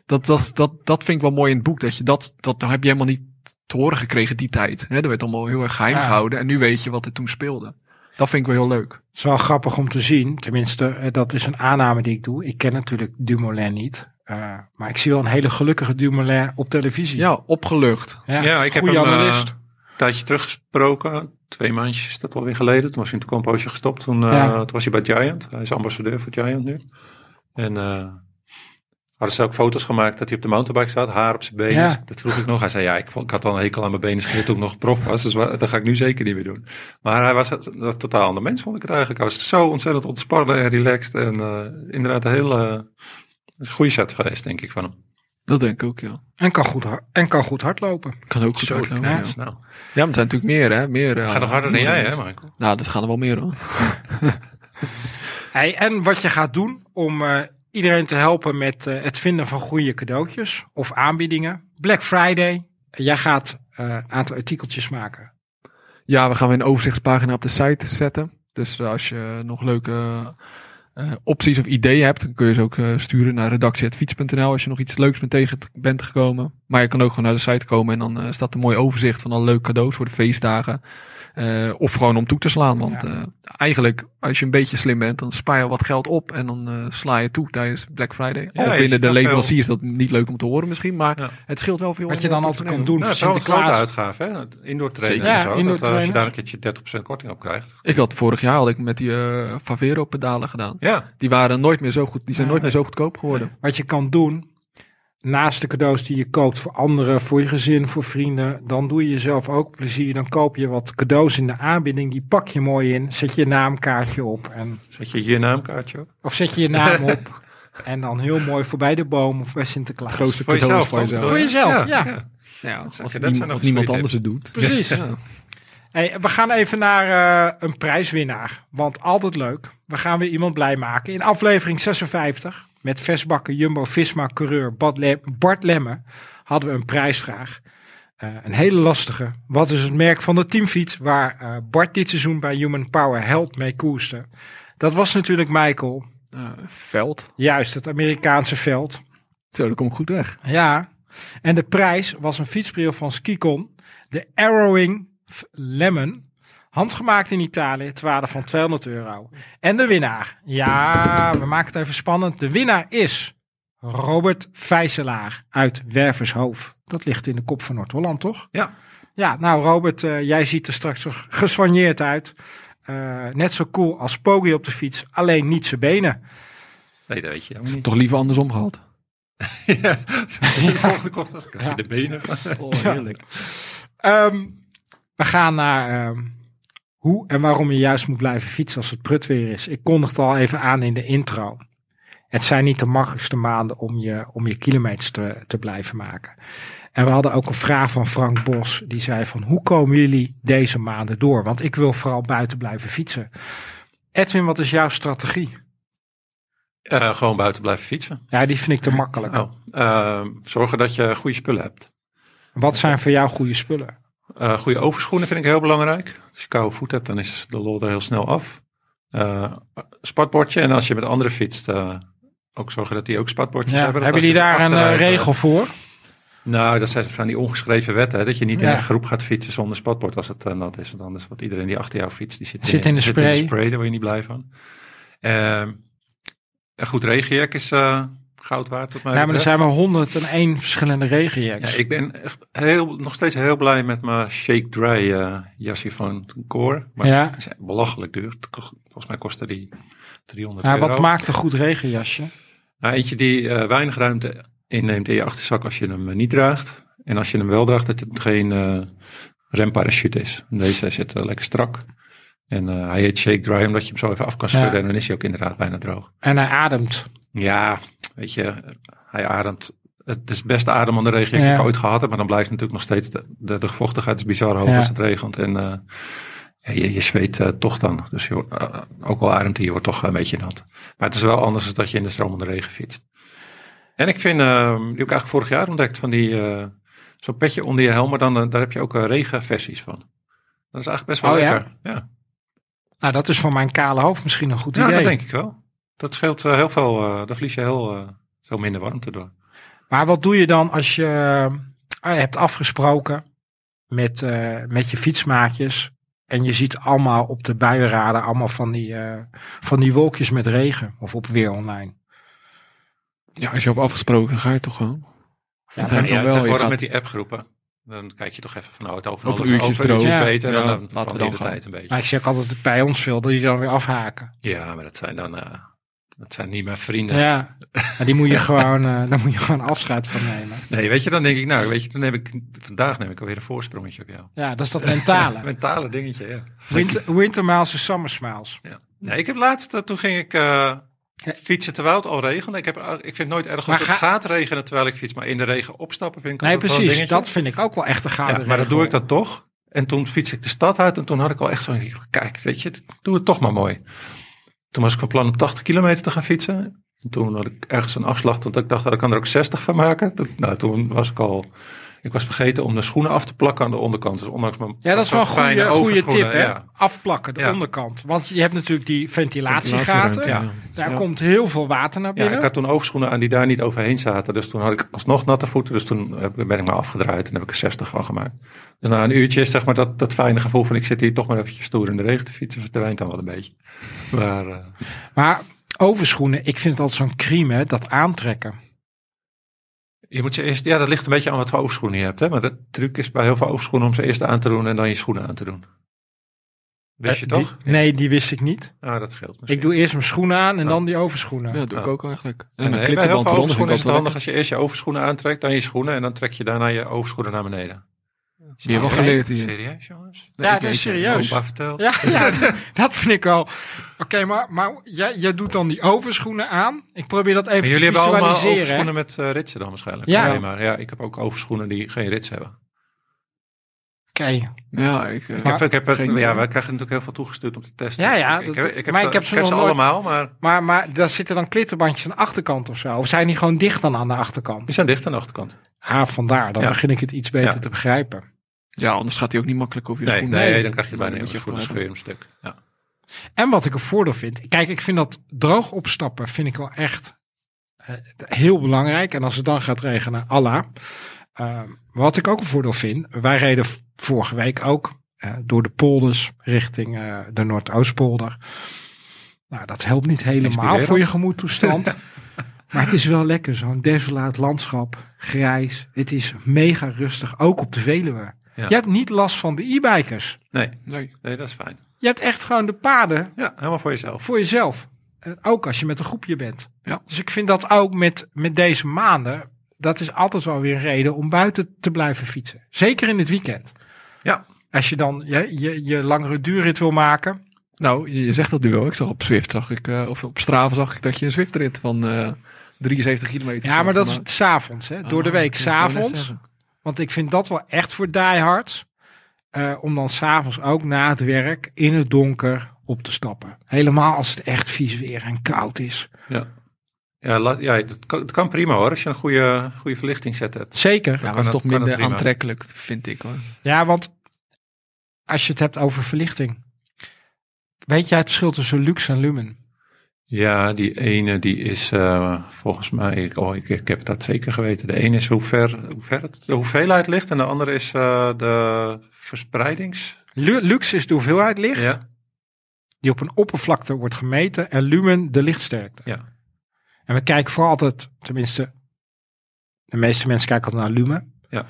S4: dat, dat, dat, dat vind ik wel mooi in het boek. Dat je dat, dat heb je helemaal niet te horen gekregen die tijd. Hè, dat werd allemaal heel erg geheim
S2: Ja.
S4: gehouden. En nu weet je wat er toen speelde. Dat vind ik wel heel leuk.
S2: Het is wel grappig om te zien. Tenminste, eh, dat is een aanname die ik doe. Ik ken natuurlijk Dumoulin niet. eh, maar ik zie wel een hele gelukkige Dumoulin op televisie.
S4: Ja, opgelucht.
S2: Ja,
S3: Ja, ik heb
S2: goede
S3: hem, eh,
S2: analist.
S3: Een tijdje teruggesproken, twee maandjes is dat alweer geleden. Toen was hij natuurlijk al een poosje gestopt. Toen, eh,
S2: Ja.
S3: toen was hij bij Giant. Hij is ambassadeur voor Giant nu. En eh hadden ze ook foto's gemaakt dat hij op de mountainbike zat, haar op zijn benen.
S2: Ja.
S3: Dat vroeg ik nog. Hij zei, ja, ik, vond, ik had al een hekel aan mijn benen schreeuwd toen ik nog prof was. Dus wa- dat ga ik nu zeker niet meer doen. Maar hij was een een totaal ander mens, vond ik het eigenlijk. Hij was zo ontzettend ontspannen en relaxed. En eh, inderdaad een hele een goede set geweest, denk ik, van hem.
S4: Dat denk ik ook, ja.
S2: En kan goed, ha- en kan goed hardlopen.
S4: Kan ook goed
S3: Zo,
S4: uitlopen.
S3: ja,
S4: Ja.
S3: snel.
S4: Ja, maar het zijn natuurlijk meer, hè. Meer, eh,
S3: Nou, Ga nog harder dan jij, hè, Michael?
S4: Nou, dat gaan er wel meer, hoor.
S2: Hey, en wat je gaat doen om eh, iedereen te helpen met eh, het vinden van goede cadeautjes of aanbiedingen. Black Friday. Jij gaat eh, een aantal artikeltjes maken.
S4: Ja, we gaan weer een overzichtspagina op de site zetten. Dus eh, als je nog leuke eh, opties of ideeën hebt, dan kun je ze ook eh, sturen naar redactie.fiets.nl als je nog iets leuks bent tegen t- bent gekomen. Maar je kan ook gewoon naar de site komen en dan eh, staat een mooi overzicht van alle leuke cadeaus voor de feestdagen. Eh, of gewoon om toe te slaan. Want
S2: Ja.
S4: eh, eigenlijk, als je een beetje slim bent, dan spaar je wat geld op en dan eh, sla je toe tijdens Black Friday.
S3: Ja,
S4: Al
S3: je
S4: vinden
S3: ziet
S4: de
S3: dat veel.
S4: leveranciers dat niet leuk om te horen misschien, maar
S3: Ja.
S4: het scheelt wel veel.
S2: Wat
S4: in
S2: je dan altijd
S4: portemonnee,
S2: kan
S4: hoor.
S2: doen
S3: Ja,
S2: voor
S3: het is wel Nou, een grote
S2: Sinterklaas.
S3: uitgave, hè? Indoor trainen
S2: Zeker.
S3: en
S2: Ja,
S3: zo.
S2: indoor
S3: dat, eh, als je
S2: trainen.
S3: daar een keertje 30% korting op krijgt.
S4: Ik had vorig jaar had ik met die eh Favero pedalen gedaan.
S3: Ja,
S4: Die waren nooit meer zo goed. Die zijn
S2: Ja.
S4: nooit meer zo goedkoop geworden.
S2: Wat je kan doen, naast de cadeaus die je koopt voor anderen, voor je gezin, voor vrienden. Dan doe je jezelf ook plezier. Dan koop je wat cadeaus in de aanbieding. Die pak je mooi in. Zet je naamkaartje op. En,
S3: zet je je naamkaartje op.
S2: of zet je je naam op. En dan heel mooi voorbij de boom of bij Sinterklaas.
S4: Het grootste
S3: Voor
S4: cadeau is
S3: jezelf,
S4: voor
S3: toch?
S4: jezelf.
S2: Voor jezelf, ja.
S4: Ja,
S3: Dat zijn-
S4: als
S3: dat
S4: niemand,
S3: zijn nog
S4: als niemand
S3: goede
S4: anders het doet.
S2: Precies.
S4: Ja.
S2: Hey, we gaan even naar eh, een prijswinnaar. Want altijd leuk. We gaan weer iemand blij maken. In aflevering 56 met Vesbakken, Jumbo, Visma, coureur Bart, Le- Bart Lemme hadden we een prijsvraag. Eh, een hele lastige. Wat is het merk van de teamfiets waar eh, Bart dit seizoen bij Human Power Held mee koerste? Dat was natuurlijk Michael.
S4: Eh, veld.
S2: Juist, het Amerikaanse veld.
S4: Zo, dat komt goed weg.
S2: Ja, en de prijs was een fietsbril van Skicon. De Arrowing F- Lemon. Handgemaakt in Italië, te waarde van 200 euro. En de winnaar. Ja, we maken het even spannend. De winnaar is Robert Vijzelaar uit Wervershoofd. Dat ligt in de kop van Noord-Holland, toch?
S4: Ja.
S2: Ja, nou Robert, eh, jij ziet er straks nog gesoigneerd uit. Eh, net zo cool als Poggi op de fiets, alleen niet zijn benen.
S3: Nee, dat weet je helemaal
S4: Is het
S3: niet.
S4: toch liever andersom gehad?
S3: Ja. De volgende kost als krijg je de benen.
S4: Oh, heerlijk.
S2: Ehm, we gaan naar ehm, hoe en waarom je juist moet blijven fietsen als het prut weer is. Ik kondig het al even aan in de intro. Het zijn niet de makkelijkste maanden om je, om je kilometers te, te blijven maken. En we hadden ook een vraag van Frank Bos. Die zei van hoe komen jullie deze maanden door? Want ik wil vooral buiten blijven fietsen. Edwin, wat is jouw strategie?
S3: Eh, gewoon buiten blijven fietsen.
S2: Ja, die vind ik te makkelijk.
S3: Oh. eh, zorgen dat je goede spullen hebt.
S2: Wat zijn voor jou goede spullen?
S3: Eh, goede overschoenen vind ik heel belangrijk. Als je koude voet hebt, dan is de lol er heel snel af. Eh spatbordje. En als je met anderen fietst, eh, ook zorgen dat die ook spatbordjes
S2: Ja,
S3: hebben. Dat
S2: hebben
S3: als
S2: jullie
S3: je
S2: daar een eh,
S3: achteruit, eh,
S2: regel voor?
S3: nou, dat zijn van die ongeschreven wetten. Hè, dat je niet in
S2: Ja.
S3: een groep gaat fietsen zonder spatbord als het eh, nat is. Want anders wordt iedereen die achter jou fietst, die zit,
S2: Zit in de
S3: Zit in
S2: spray.
S3: de spray, daar word je niet blij van. Ehm, een goed regenjek is eh, goud waard. Tot mij
S2: Ja, maar er
S3: betreft.
S2: zijn maar 101 verschillende regenjacks.
S3: Ja, ik ben echt heel, nog steeds heel blij met mijn Shake Dry eh jasje van Core. Maar
S2: Ja.
S3: die zijn belachelijk duur. Het ko- Volgens mij kostte die 300
S2: Ja,
S3: euro.
S2: Nou, wat maakt een goed regenjasje?
S3: Nou, eentje die eh, weinig ruimte inneemt in je achterzak als je hem eh, niet draagt. En als je hem wel draagt, dat het geen eh, remparachute is. Deze zit eh, lekker strak. En eh, hij heet Shake Dry omdat je hem zo even af kan schudden.
S2: Ja.
S3: En dan is hij ook inderdaad bijna droog.
S2: En hij ademt.
S3: Ja, weet je, hij ademt. Het is het beste ademende regen die
S2: Ja.
S3: ik ooit gehad heb. Maar dan blijft natuurlijk nog steeds de, de luchtvochtigheid is bizar hoog
S2: Ja.
S3: als het regent. En eh, ja, je, je zweet eh, toch dan. Dus je, wordt, eh, ook al ademt hij, je wordt toch een beetje nat. Maar het is wel anders dan dat je in de stromende regen fietst. En ik vind, ehm, die heb ik eigenlijk vorig jaar ontdekt, van die eh, zo'n petje onder je helm. Maar dan, eh, daar heb je ook eh, regenversies van. Dat is eigenlijk best wel
S2: Oh ja?
S3: lekker. Ja,
S2: Nou, dat is voor mijn kale hoofd misschien een goed
S3: ja
S2: idee.
S3: dat denk ik wel. Dat scheelt eh, heel veel, eh daar verlies je heel eh, veel minder warmte door.
S2: Maar wat doe je dan als je eh, hebt afgesproken met, eh, met je fietsmaatjes... en je ziet allemaal op de buienraden allemaal van die, eh, van die wolkjes met regen of op weer online?
S4: Ja, als je op afgesproken ga je toch gewoon.
S2: Ja,
S4: dat
S2: maar
S4: hangt
S3: Ja,
S4: dan wel. Je
S3: tegenwoordig
S4: gaat-
S3: met die appgroepen. Dan kijk je toch even van, nou, het over,
S4: Over
S3: over uurtjes,
S4: uurtjes erover.
S3: beter.
S4: Ja,
S3: dan,
S4: laten we
S3: laten we
S4: dan
S3: de
S4: gaan.
S3: tijd een beetje.
S2: Maar ik zie ook altijd dat bij ons veel dat die dan weer afhaken.
S3: Ja, maar dat zijn dan eh, dat zijn niet mijn vrienden.
S2: Ja, Maar die moet je gewoon, eh, daar moet je gewoon afscheid van nemen.
S3: Nee, weet je, dan denk ik, nou, weet je, dan neem ik, vandaag neem ik alweer een voorsprongetje op jou.
S2: Ja, dat is dat mentale.
S3: Mentale dingetje, ja.
S2: Winter, winter miles is summer smiles.
S3: ja. Nee, ik heb laatst, eh, toen ging ik eh, fietsen terwijl het al regende. Ik, heb, eh, ik vind het nooit erg als
S2: Maar
S3: het
S2: ga-
S3: gaat regenen terwijl ik fiets. Maar in de regen opstappen vind ik
S2: Nee,
S3: altijd wel een
S2: precies.
S3: dingetje.
S2: Dat vind ik ook wel echt een gouden
S3: Ja, maar dan
S2: regel.
S3: doe ik dat toch. En toen fiets ik de stad uit en toen had ik al echt zo'n, kijk, weet je, doe het toch maar mooi. Toen was ik van plan om 80 kilometer te gaan fietsen. En toen had ik ergens een afslag, want ik dacht, ik kan er ook 60 van maken. Toen, nou, toen was ik al, ik was vergeten om de schoenen af te plakken aan de onderkant. Dus ondanks mijn
S2: Ja, dat is wel een
S3: fijne
S2: goede, goede
S3: overschoenen,
S2: tip, hè?
S3: ja.
S2: Afplakken, de
S3: Ja.
S2: onderkant. Want je hebt natuurlijk die
S4: Ventilatieruimte,
S2: ventilatiegaten.
S4: ja.
S2: Daar
S4: Ja.
S2: komt heel veel water naar
S3: Ja,
S2: binnen.
S3: ik had toen oogschoenen aan die daar niet overheen zaten. Dus toen had ik alsnog natte voeten. Dus toen heb- ben ik me afgedraaid en heb ik er 60 van gemaakt. Dus na een uurtje is zeg maar dat, dat fijne gevoel van ik zit hier toch maar eventjes stoer in de regen te fietsen. Verdwijnt dan wel een beetje. Maar eh,
S2: Maar overschoenen, ik vind het altijd zo'n crime, hè, dat aantrekken.
S3: je moet ze eerst, ja dat ligt een beetje aan wat voor oogschoenen je hebt. Hè? Maar de truc is bij heel veel oogschoenen om ze eerst aan te doen en dan je schoenen aan te doen. Wist je
S2: Eh, die-
S3: toch?
S2: nee, die wist ik niet.
S3: Ah, dat scheelt misschien.
S2: Ik doe eerst mijn schoenen aan en
S3: Ja.
S2: dan die overschoenen.
S4: Ja, dat doe ik
S3: Ja.
S4: ook eigenlijk. En
S3: Nee,
S4: een
S3: nee, bij heel
S4: klittenband
S3: veel
S4: eronder vind
S3: oogschoenen
S4: ik
S3: is het handig
S4: altijd wel
S3: als je eerst je overschoenen aantrekt, dan je schoenen en dan trek je daarna je overschoenen naar beneden.
S4: Je hebt wel geleerd hier.
S3: Serieus jongens?
S2: Ja,
S4: ik
S2: dat is
S4: weet het.
S2: serieus.
S3: Opa vertelt.
S2: Ja, ja, dat vind ik al. Oké, maar, maar jij, jij doet dan die overschoenen aan. Ik probeer dat even
S3: Maar jullie
S2: te
S3: hebben allemaal
S2: visualiseren.
S3: overschoenen met eh, ritsen dan waarschijnlijk.
S2: Ja.
S3: Nee, maar ja, ik heb ook overschoenen die geen rits hebben.
S2: Oké.
S4: lekker. Ja, ik, eh,
S3: Ik heb, ik heb, het-
S4: geen
S3: ja,
S4: idee.
S3: wij krijgen natuurlijk heel veel toegestuurd om te testen.
S2: Ja, ja,
S3: Ik, ik,
S2: dat-
S3: heb, ik heb
S2: maar
S3: ze,
S2: ik heb ze
S3: ik
S2: nog
S3: heb ze
S2: nooit-
S3: allemaal, maar
S2: Maar, maar daar zitten dan klittenbandjes aan de achterkant of zo. Of zijn die gewoon dicht dan aan de achterkant?
S3: die zijn dicht aan de achterkant.
S2: Ha, vandaar. Dan
S3: Ja.
S2: begin ik het iets beter
S3: Ja.
S2: te begrijpen.
S4: ja, anders gaat hij ook niet makkelijk over je
S3: Nee,
S4: schoenen.
S3: nee, dan krijg je
S4: Dan
S3: bijna een
S4: moet je echt
S3: schoenen
S4: wel
S3: scheur een stuk. Ja.
S2: En wat ik een voordeel vind. Kijk, ik vind dat droog opstappen vind ik wel echt eh, heel belangrijk. En als het dan gaat regenen, Allah. Ehm, wat ik ook een voordeel vind, wij reden v- vorige week ook eh, door de polders richting eh, de Noordoostpolder. Nou, dat helpt niet helemaal
S3: Inspirerend.
S2: voor je gemoedtoestand. maar het is wel lekker, zo'n desolaat landschap, grijs. Het is mega rustig, ook op de Veluwe.
S3: Ja.
S2: Je hebt niet last van de e-bikers.
S3: Nee,
S4: Nee.
S3: nee, dat is fijn.
S2: Je hebt echt gewoon de paden
S3: Ja, helemaal voor jezelf.
S2: voor jezelf. Eh, Ook als je met een groepje bent.
S4: Ja.
S2: Dus ik vind dat ook met, met deze maanden. Dat is altijd wel weer een reden om buiten te blijven fietsen. Zeker in het weekend.
S3: Ja.
S2: Als je dan je, je, je langere duurrit wil maken.
S4: Nou, je je zegt dat nu wel. Ik zag op Zwift, zag ik, eh, of op Strava zag ik dat je een Zwift-rit van eh 73 kilometer.
S2: Ja, maar dat is
S4: gemaakt.
S2: s'avonds. hè. Door de
S4: Ah,
S2: week
S4: ik wou net
S2: s'avonds.
S4: zeggen.
S2: Want ik vind dat wel echt voor diehards. eh om dan s'avonds ook na het werk in het donker op te stappen. Helemaal als het echt vies weer en koud is.
S3: Ja, la- ja het, kan, het kan prima hoor, als je een goede, goede verlichting zet hebt.
S2: Zeker.
S4: Ja, maar
S3: Kan
S4: dat is
S3: het-
S4: toch
S3: kan het
S4: minder
S3: prima.
S4: aantrekkelijk, vind ik hoor.
S2: Ja, want als je het hebt over verlichting. Weet jij het verschil tussen luxe en lumen?
S3: Ja, die ene die is eh, volgens mij, oh, ik, ik heb dat zeker geweten. De ene is hoe ver, hoe ver het, de hoeveelheid ligt en de andere is eh, de verspreidings.
S2: Lu- luxe is de hoeveelheid licht
S3: Ja,
S2: die op een oppervlakte wordt gemeten en lumen de lichtsterkte.
S3: Ja.
S2: En we kijken voor altijd, tenminste, de meeste mensen kijken altijd naar lumen.
S3: Ja.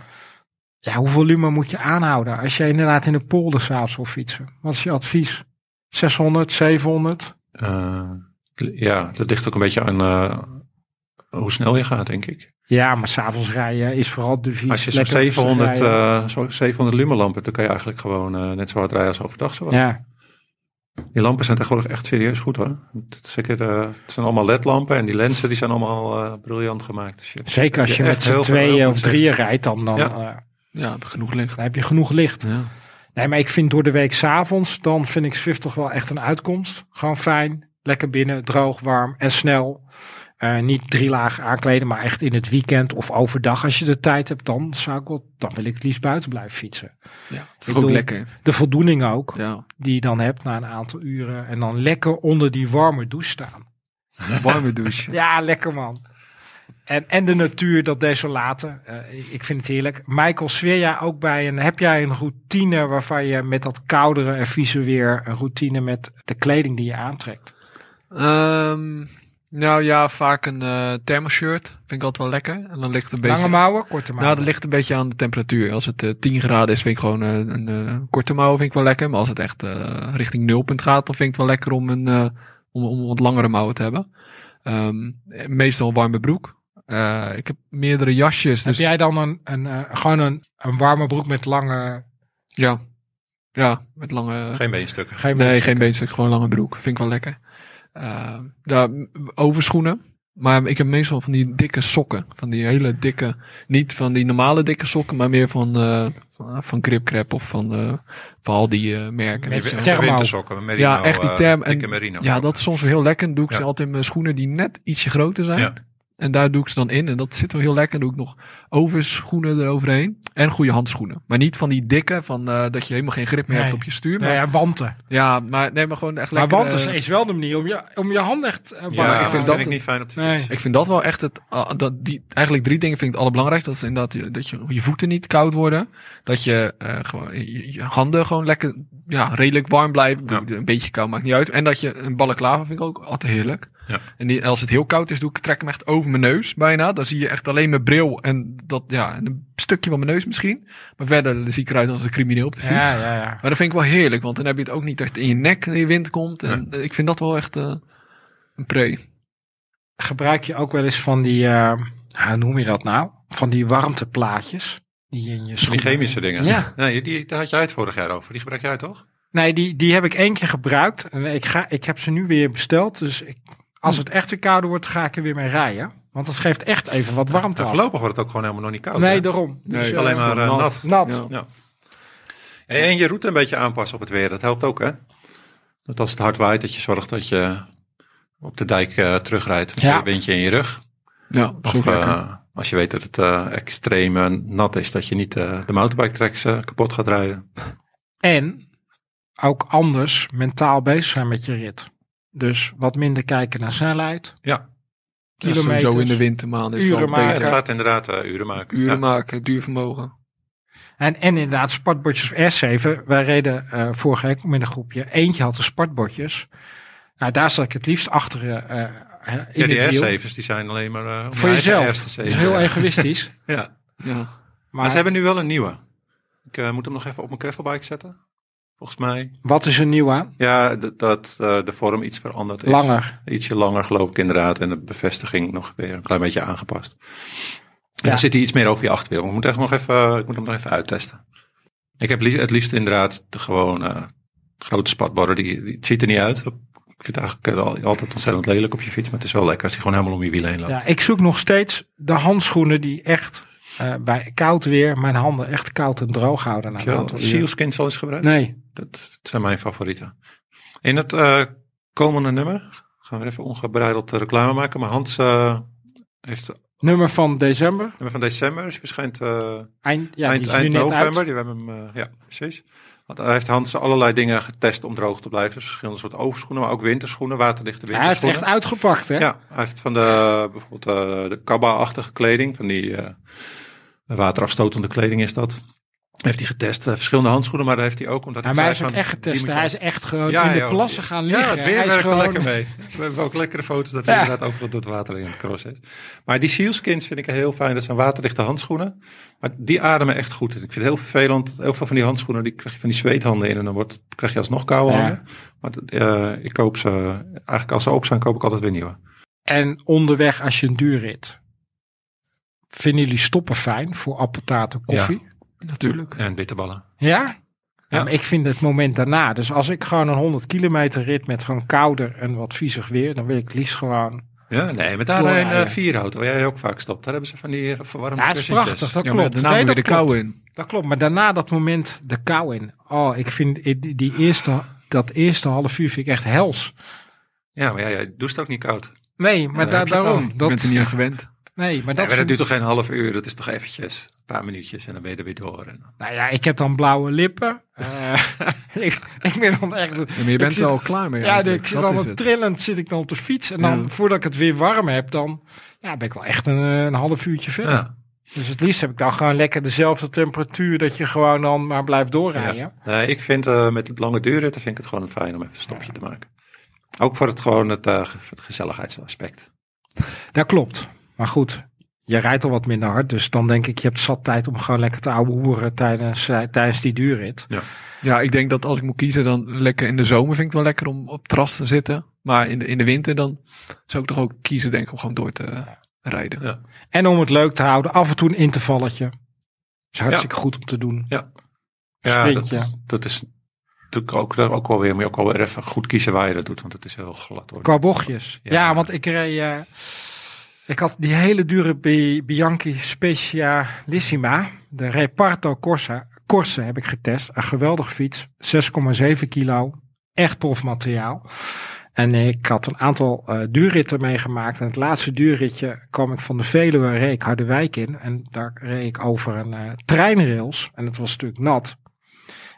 S2: Ja, hoeveel lumen moet je aanhouden als je inderdaad in de polder s'avonds wil fietsen? Wat is je advies? 600, 700?
S3: Eh, ja dat ligt ook een beetje aan eh, hoe snel je gaat, denk ik.
S2: Ja, maar s'avonds rijden is vooral de vies.
S3: Als je zo'n
S2: lekker rustig
S3: 700,
S2: rijden.
S3: eh zo 700 lumenlampen hebt, dan kan je eigenlijk gewoon eh, net zo hard rijden als overdag. Zo.
S2: ja.
S3: Die lampen zijn tegenwoordig echt serieus goed hoor. Het, is zeker, eh, het zijn allemaal ledlampen en die lenzen die zijn allemaal eh, briljant gemaakt. Dus je-
S2: Zeker als je,
S3: Ja,
S2: met
S3: echt
S2: z'n
S3: heel veel
S2: tweeën
S3: heel
S2: of
S3: goed
S2: drieën rijdt, dan, dan,
S3: Ja.
S2: eh,
S4: Ja, genoeg licht.
S2: dan heb je genoeg licht.
S4: Ja.
S2: Nee, maar ik vind door de week s'avonds, dan vind ik Zwift toch wel echt een uitkomst. Gewoon fijn, lekker binnen, droog, warm en snel. Eh, niet drie lagen aankleden, maar echt in het weekend of overdag als je de tijd hebt, dan zou ik wel, dan wil ik het liefst buiten blijven fietsen.
S4: ja. Het is
S2: Ik
S4: toch ook
S2: bedoel-
S4: lekker.
S2: De voldoening ook,
S4: Ja.
S2: die je dan hebt na een aantal uren en dan lekker onder die warme douche staan.
S4: Warme douche.
S2: Ja, lekker man. En, en de natuur, dat desolate. Eh, ik- ik vind het heerlijk. Michael, zweer jij ook bij een... Heb jij een routine waarvan je met dat koudere en vieze weer... een routine met de kleding die je aantrekt?
S4: Ehm, nou ja, vaak een eh thermoshirt. Vind ik altijd wel lekker. En dan ligt het een beetje...
S2: Lange mouwen, korte mouwen?
S4: Nou, dat ligt een beetje aan de temperatuur. Als het eh, 10 graden is, vind ik gewoon eh, een eh, korte mouw vind ik wel lekker. Maar als het echt eh, richting nulpunt gaat, dan vind ik het wel lekker om een eh, om, om wat langere mouwen te hebben. Ehm, eh, meestal een warme broek. Eh, ik heb meerdere jasjes. Dus
S2: Heb jij dan een, een, eh, gewoon een, een warme broek met lange...
S4: ja. ja, met lange
S3: Geen beenstukken.
S2: Geen
S4: Nee, geen beenstuk, gewoon lange broek. Vind ik wel lekker. Eh, daar, overschoenen. Maar ik heb meestal van die dikke sokken. Van die hele dikke, niet van die normale dikke sokken, maar meer van, eh van- van Grip Crap of van, eh, van al die eh, merken.
S2: Met
S4: weet je wel.
S2: therm- Thermo.
S3: wintersokken, merino,
S4: Ja, echt die
S3: eh,
S4: therm- en-
S3: dikke merino.
S4: ja, dat is soms wel heel lekker. Dan doe ik ze
S3: Ja.
S4: altijd in mijn schoenen die net ietsje groter zijn.
S3: Ja.
S4: En daar doe ik ze dan in. En dat zit wel heel lekker. Dan doe ik nog overschoenen eroverheen. En goede handschoenen. Maar niet van die dikke, van, eh, dat je helemaal geen grip meer
S2: Nee.
S4: hebt op je stuur. Maar,
S2: Nou ja, wanten.
S4: Ja, maar nee, maar gewoon echt
S2: Maar
S4: lekker. eh,
S2: wanten is- is wel de manier om je, om je hand echt... eh, warm
S3: Ja,
S2: te
S3: ik
S4: ik
S3: vind
S2: houden.
S4: vind
S3: dat
S4: dat-
S3: ik niet fijn op de fiets.
S2: Nee.
S4: Ik vind dat wel echt het. ah, dat die, eigenlijk drie dingen vind ik het allerbelangrijkste. Dat is inderdaad je- dat je, je voeten niet koud worden. Dat je, eh, gewoon, je, je handen gewoon lekker ja, redelijk warm blijven.
S3: Ja.
S4: Een beetje koud maakt niet uit. En dat je een balaclava vind ik ook altijd heerlijk.
S3: Ja.
S4: En die, als het heel koud is, doe ik trek hem echt over mijn neus bijna. Dan zie je echt alleen mijn bril en dat ja, en een stukje van mijn neus misschien. Maar verder zie ik eruit als een crimineel op de fiets.
S2: Ja, ja, ja.
S4: Maar dat vind ik wel heerlijk, want dan heb je het ook niet echt in je nek in de wind komt. En eh, ik vind dat wel echt eh, een pre.
S2: gebruik je ook wel eens van die, eh, hoe noem je dat nou? Van die warmteplaatjes. Die je in je
S3: Die
S2: schoenen.
S3: chemische dingen.
S2: Ja.
S3: Nee, die, daar had jij het vorig jaar over. Die gebruik jij toch?
S2: Nee, die, die heb ik één keer gebruikt. En ik, ga, ik heb ze nu weer besteld. Dus ik, als het echt weer kouder wordt, ga ik er weer mee rijden. Want dat geeft echt even wat warmte
S3: Ja,
S2: af.
S3: Nou, voorlopig wordt het ook gewoon helemaal nog niet koud.
S2: Nee,
S3: hè?
S2: daarom.
S4: Nee,
S2: Dus,
S3: het is
S2: eh,
S3: alleen maar eh,
S4: nat.
S3: nat.
S2: Nat.
S4: Ja.
S3: Ja. En, en je route een beetje aanpassen op het weer, dat helpt ook hè. Dat als het hard waait, dat je zorgt dat je op de dijk eh, terugrijdt met
S2: Ja.
S3: een windje in je rug.
S4: Ja,
S3: Of
S4: zo lekker.
S3: eh, als je weet dat het eh, extreem eh, nat is, dat je niet eh, de mountainbike tracks eh, kapot gaat rijden.
S2: En ook anders mentaal bezig zijn met je rit. Dus wat minder kijken naar snelheid.
S3: Ja.
S4: Ja,
S2: kilometers.
S4: sowieso in de wintermaanden is het
S2: uren
S4: al
S3: Ja,
S4: beter.
S3: het gaat inderdaad eh, uren maken.
S4: Uren
S3: Ja.
S4: maken, duurvermogen.
S2: En, en inderdaad, spartbordjes R7. Wij reden eh, vorige week met een groepje. Eentje had de spartbordjes. Nou, daar zat ik het liefst achter eh, eh, in
S3: Ja,
S2: het wiel.
S3: die R7's die zijn alleen maar eh, om
S2: Voor
S3: je eigen
S2: jezelf.
S3: erf's te
S2: Dat is
S3: zeven.
S2: heel
S3: ja.
S2: egoïstisch.
S3: Ja.
S4: Ja.
S2: Maar,
S3: Maar ze hebben nu wel een nieuwe. Ik eh, moet hem nog even op mijn gravelbike zetten. Volgens mij.
S2: wat is er nieuw aan?
S3: Ja, d- dat eh, de vorm iets veranderd is.
S2: Langer.
S3: Ietsje langer geloof ik inderdaad. En de bevestiging nog weer een klein beetje aangepast. En dan zit hij iets meer over je achterwiel. Ik moet, echt nog even, ik moet hem nog even uittesten. Ik heb li- het liefst inderdaad de gewoon eh, grote spatborden. Die, die, het ziet er niet uit. Ik vind het eigenlijk eh, al- altijd ontzettend lelijk op je fiets. Maar het is wel lekker als hij gewoon helemaal om je wielen heen loopt.
S2: Ja, ik zoek nog steeds de handschoenen die echt eh, bij koud weer mijn handen echt koud en droog houden. Na
S3: Heb
S2: een
S3: je wel
S2: aantal uur.
S3: Sealskins al eens gebruikt?
S2: Nee,
S3: Dat zijn mijn favorieten. In het eh, komende nummer gaan we even ongebreideld eh, reclame maken. Maar Hans eh, heeft het
S2: nummer van december.
S3: nummer van december. Is verschijnt eh,
S2: Eind, ja,
S3: eind,
S2: die is nu
S3: eind
S2: net
S3: november.
S2: uit.
S3: Die hebben hem, eh, ja, precies. Want daar heeft Hans allerlei dingen getest om droog te blijven. Dus verschillende soorten overschoenen, maar ook winterschoenen, waterdichte
S2: Hij heeft
S3: winterschoenen.
S2: echt uitgepakt, hè?
S3: Ja, hij heeft van de bijvoorbeeld eh, de kabba-achtige kleding, van die eh, waterafstotende kleding is dat. Heeft hij getest. Eh, verschillende handschoenen, maar daar heeft hij ook. Omdat
S2: Nou, maar
S3: hij
S2: hij is
S3: zei
S2: ook
S3: van,
S2: echt
S3: die moet
S2: getest.
S3: je
S2: Hij is echt gewoon
S3: Ja,
S2: in de
S3: joh.
S2: plassen gaan liggen.
S3: Ja, het weer
S2: hij is
S3: werkt er
S2: gewoon...
S3: lekker mee. We hebben ook lekkere foto's dat hij
S2: Ja.
S3: inderdaad overal door het water in het cross is. Maar die sealskins vind ik heel fijn. Dat zijn waterdichte handschoenen. Maar die ademen echt goed. Ik vind het heel vervelend. Heel veel van die handschoenen, die krijg je van die zweethanden in. En dan wordt, krijg je alsnog koude
S2: Ja.
S3: handen. Maar dat, eh, ik koop ze, eigenlijk als ze op zijn, koop ik altijd weer nieuwe.
S2: En onderweg als je een duurrit. Vinden jullie stoppen fijn voor appeltaart of koffie?
S4: Natuurlijk.
S3: En bitterballen.
S2: Ja? Ja, maar ik vind het moment daarna. Dus als ik gewoon een 100 kilometer rit met gewoon kouder en wat viezig weer, dan wil ik het liefst gewoon.
S3: Ja, nee, maar daar
S2: Doorrijden.
S3: in uh, Vierhout, waar jij ook vaak stopt. Daar hebben ze van die eh, verwarmde
S2: Ja, het is
S3: kussentjes.
S2: prachtig. Dat
S4: Ja, maar
S2: klopt.
S4: daarna
S2: Nee,
S4: moet je
S2: dat,
S4: de
S2: klopt.
S4: kou in.
S2: dat klopt. Maar daarna dat moment de kou in. Oh, ik vind i- die, die eerste, dat eerste half uur vind ik echt hels.
S3: Ja, maar ja, jij doucht ook niet koud.
S2: Nee, maar
S3: dan
S2: da-
S3: heb je het
S2: daarom.
S4: Oh, Je
S2: Oh, Dat,
S4: bent er niet aan gewend.
S2: nee, maar
S3: Dat,
S2: dat.
S3: nee, maar dat
S2: vind-
S3: duurt toch geen half uur? Dat is toch eventjes een paar minuutjes en dan ben je er weer door. En
S2: nou ja, ik heb dan blauwe lippen. Eh, ik, ik ben dan echt.
S4: Ja, maar je bent
S2: zit-
S4: er al klaar mee.
S2: Ja,
S4: eigenlijk.
S2: ik zit
S4: Dat
S2: dan
S4: is
S2: wat
S4: het.
S2: trillend zit ik dan op de fiets. En dan
S4: Ja.
S2: voordat ik het weer warm heb, dan ja, ben ik wel echt een, eh, een half uurtje verder.
S3: Ja.
S2: Dus het liefst heb ik dan gewoon lekker dezelfde temperatuur. Dat je gewoon dan maar blijft doorrijden.
S3: Ja. Nee, ik vind eh, met het lange duurritten vind ik het gewoon fijn om even een stopje te maken. Ook voor het gewoon het, eh, ge- het gezelligheidsaspect.
S2: Dat klopt. Maar goed, je rijdt al wat minder hard. Dus dan denk ik, je hebt zat tijd om gewoon lekker te ouwe hoeren tijdens, eh, tijdens die duurrit.
S4: Ja, ik denk dat als ik moet kiezen, dan lekker in de zomer vind ik het wel lekker om op het terras te zitten. Maar in de, in de winter dan zou ik toch ook kiezen, denk ik, om gewoon door te eh, rijden.
S3: Ja.
S2: En om het leuk te houden, af en toe een intervalletje. Is hartstikke goed om te doen.
S3: Ja.
S2: Sprintje.
S3: dat, dat is natuurlijk ook, daar ook wel weer, maar ook wel weer even goed kiezen waar je dat doet, want het is heel glad hoor.
S2: Qua bochtjes. Ja,
S3: Ja.
S2: want ik reed. eh, ik had die hele dure Bi- Bianchi Specialissima. De Reparto Corsa. Corsa heb ik getest. Een geweldige fiets. 6,7 kilo. Echt profmateriaal. En ik had een aantal eh, duurritten meegemaakt. En het laatste duurritje kwam ik van de Veluwe reed ik Harderwijk in. En daar reed ik over een eh, treinrails. En het was natuurlijk nat.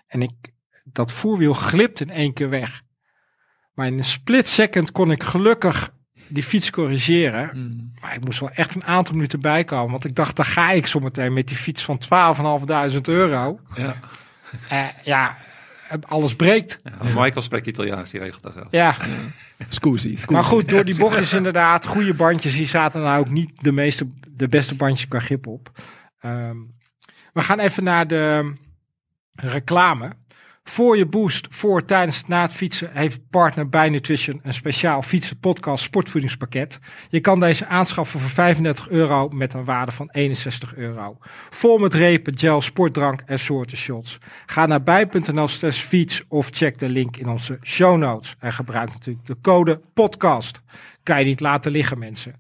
S2: En ik, dat voorwiel glipt in één keer weg. Maar in een split second kon ik gelukkig die fiets corrigeren.
S4: Mm.
S2: Maar ik moest wel echt een aantal minuten bijkomen. Want ik dacht, daar ga ik zometeen met die fiets van 12.500 euro.
S3: Ja.
S2: Eh, ja, alles breekt.
S3: Ja, Michael spreekt Italiaans, die regelt dat zelf.
S2: Ja,
S4: Scusi, scusi.
S2: maar goed, door die bochtjes inderdaad. Goede bandjes. Hier zaten nou ook niet de, meeste, de beste bandjes qua grip op. Ehm, we gaan even naar de reclame. Voor je boost, voor, tijdens, na het fietsen heeft partner bij Nutrition een speciaal fietsenpodcast sportvoedingspakket. Je kan deze aanschaffen voor 35 euro met een waarde van 61 euro. Vol met repen, gel, sportdrank en soorten shots. Ga naar bij.nl slash fiets of check de link in onze show notes. En gebruik natuurlijk de code podcast. Kan je niet laten liggen mensen.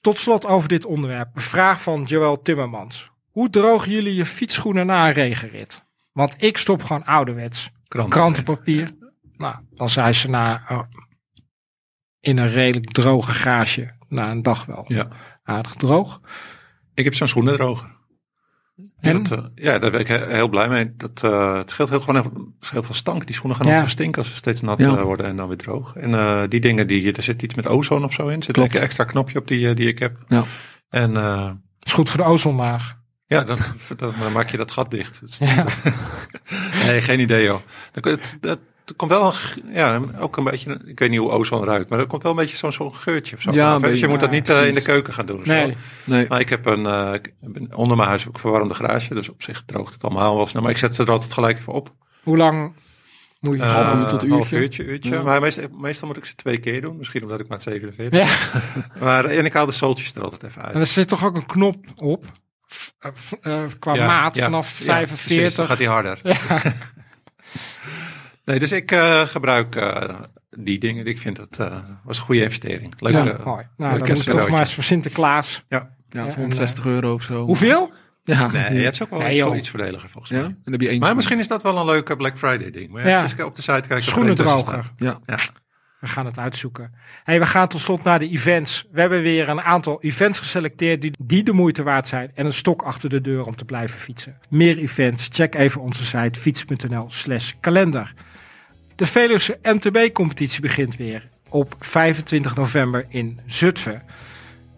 S2: Tot slot over dit onderwerp. Een vraag van Joël Timmermans. Hoe drogen jullie je fietsschoenen na een regenrit? Want ik stop gewoon ouderwets.
S3: Krant.
S2: Krantenpapier. Nou, dan zijn ze na, eh, in een redelijk droge garage na een dag wel
S3: Ja.
S2: aardig droog.
S3: Ik heb zo'n schoenendroger. En? Dat, eh, ja, daar ben ik he- heel blij mee. Dat, eh, het scheelt heel, gewoon heel, heel veel stank. Die schoenen gaan
S6: Ja.
S3: altijd zo stinken als ze steeds nat
S4: Ja.
S3: eh, worden en dan weer droog. En eh, die dingen, die, er zit iets met ozone of zo in. Er zit
S4: Klopt.
S3: een extra knopje op die, eh, die ik heb.
S4: Ja.
S3: En eh,
S2: is goed voor de ozonlaag.
S3: ja, dan, dan, dan maak je dat gat dicht. Dus- nee, geen idee joh. Dan, kun- het, dat, er komt wel een, g- ja, ook een beetje, een- ik weet niet hoe ozon eruit, maar er komt wel een beetje zo'n zo'n geurtje of zo.
S4: Ja,
S3: vanaf,
S4: een
S3: hè. dus je
S4: beetje.
S3: moet dat
S2: Ja,
S3: niet eh, in de
S4: precies.
S3: keuken gaan doen. of zo.
S2: Nee.
S4: Nee.
S3: Maar ik heb een, eh, ik heb een- onder mijn huis ook een verwarmde garage, dus op zich droogt het allemaal wel snel. Maar ik zet ze er altijd gelijk even op.
S2: Hoe lang moet je...
S3: Eh,
S4: half uur tot
S3: half
S4: uurtje.
S3: uurtje, uurtje.
S4: Ja.
S3: Maar meestal, meestal moet ik ze twee keer doen, misschien omdat ik maar 47.
S2: ja,
S3: Maar eh, en ik haal de zooltjes er altijd even uit.
S2: en er zit toch ook een knop op? F- eh, f- eh, qua
S3: Ja,
S2: maat
S3: ja,
S2: vanaf
S3: ja, precies,
S2: 45.
S3: dan gaat hij harder. nee, dus ik eh, gebruik eh, die dingen. Ik vind dat eh, was een goede investering. Leuk.
S4: Ja,
S3: eh,
S2: Mooi. Nou, dan moet
S3: kerstcadeautje.
S2: toch maar eens voor Sinterklaas.
S4: Ja,
S2: Ja,
S4: voor 160 euro of zo.
S2: Hoeveel?
S4: Ja.
S3: eh, nee, je hebt ze ook wel
S2: Nee,
S3: iets,
S2: joh.
S3: iets voordeliger volgens
S4: ja.
S3: mij.
S4: En dan heb je eentje.
S3: Maar misschien is dat wel een leuke Black Friday ding. Maar ja,
S2: Ja.
S3: als ik op de site kijk,
S2: Schoenendroger.
S4: Ja.
S2: We gaan het uitzoeken. Hey, we gaan tot slot naar de events. We hebben weer een aantal events geselecteerd die, die de moeite waard zijn. En een stok achter de deur om te blijven fietsen. Meer events, check even onze site fiets.nl slash kalender. De Veluwse MTB-competitie begint weer op 25 november in Zutphen.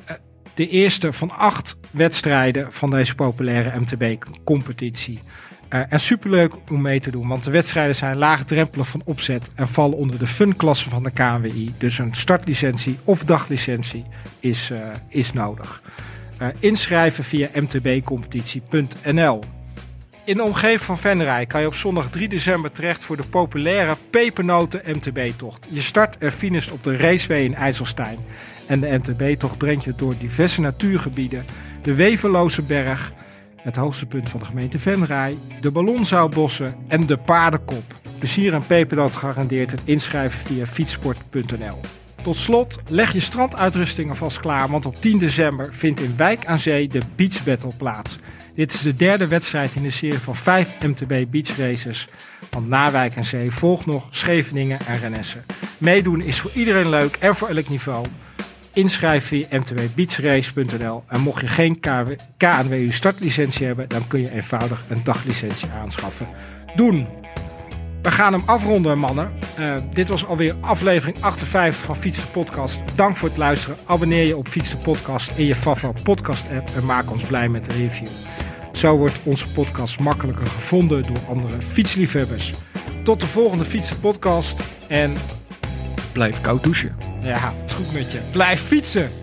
S2: Eh, De eerste van acht wedstrijden van deze populaire MTB-competitie. Eh, en superleuk om mee te doen, want de wedstrijden zijn laagdrempelig van opzet en vallen onder de funklasse van de KNWI. Dus een startlicentie of daglicentie is, eh, is nodig. Eh, inschrijven via mtbcompetitie.nl. In de omgeving van Venray kan je op zondag 3 december terecht voor de populaire pepernoten MTB-tocht. Je start en finisht op de Raceway in IJsselstein. En de MTB-tocht brengt je door diverse natuurgebieden, de Weverloze Berg, het hoogste punt van de gemeente Venray, de ballonzaalbossen en de paardenkop. Plezier en pepernoot gegarandeerd en inschrijven via fietsport.nl. Tot slot, leg je stranduitrustingen vast klaar, want op 10 december vindt in Wijk aan Zee de Beach Battle plaats. Dit is de derde wedstrijd in de serie van 5 MTB Beach Races. Want na Wijk aan Zee volgt nog Scheveningen en Renesse. Meedoen is voor iedereen leuk en voor elk niveau. Inschrijf via mtwbeachrace.nl. En mocht je geen KW KNWU startlicentie hebben, dan kun je eenvoudig een daglicentie aanschaffen. Doen! We gaan hem afronden, mannen. Eh, dit was alweer aflevering 58 van Fiets de Podcast. Dank voor het luisteren. Abonneer je op Fiets de Podcast in je favoriete podcast-app en maak ons blij met een review. Zo wordt onze podcast makkelijker gevonden door andere fietsliefhebbers. Tot de volgende Fiets de Podcast en
S4: Blijf koud douchen.
S2: ja, het is goed met je. Blijf fietsen!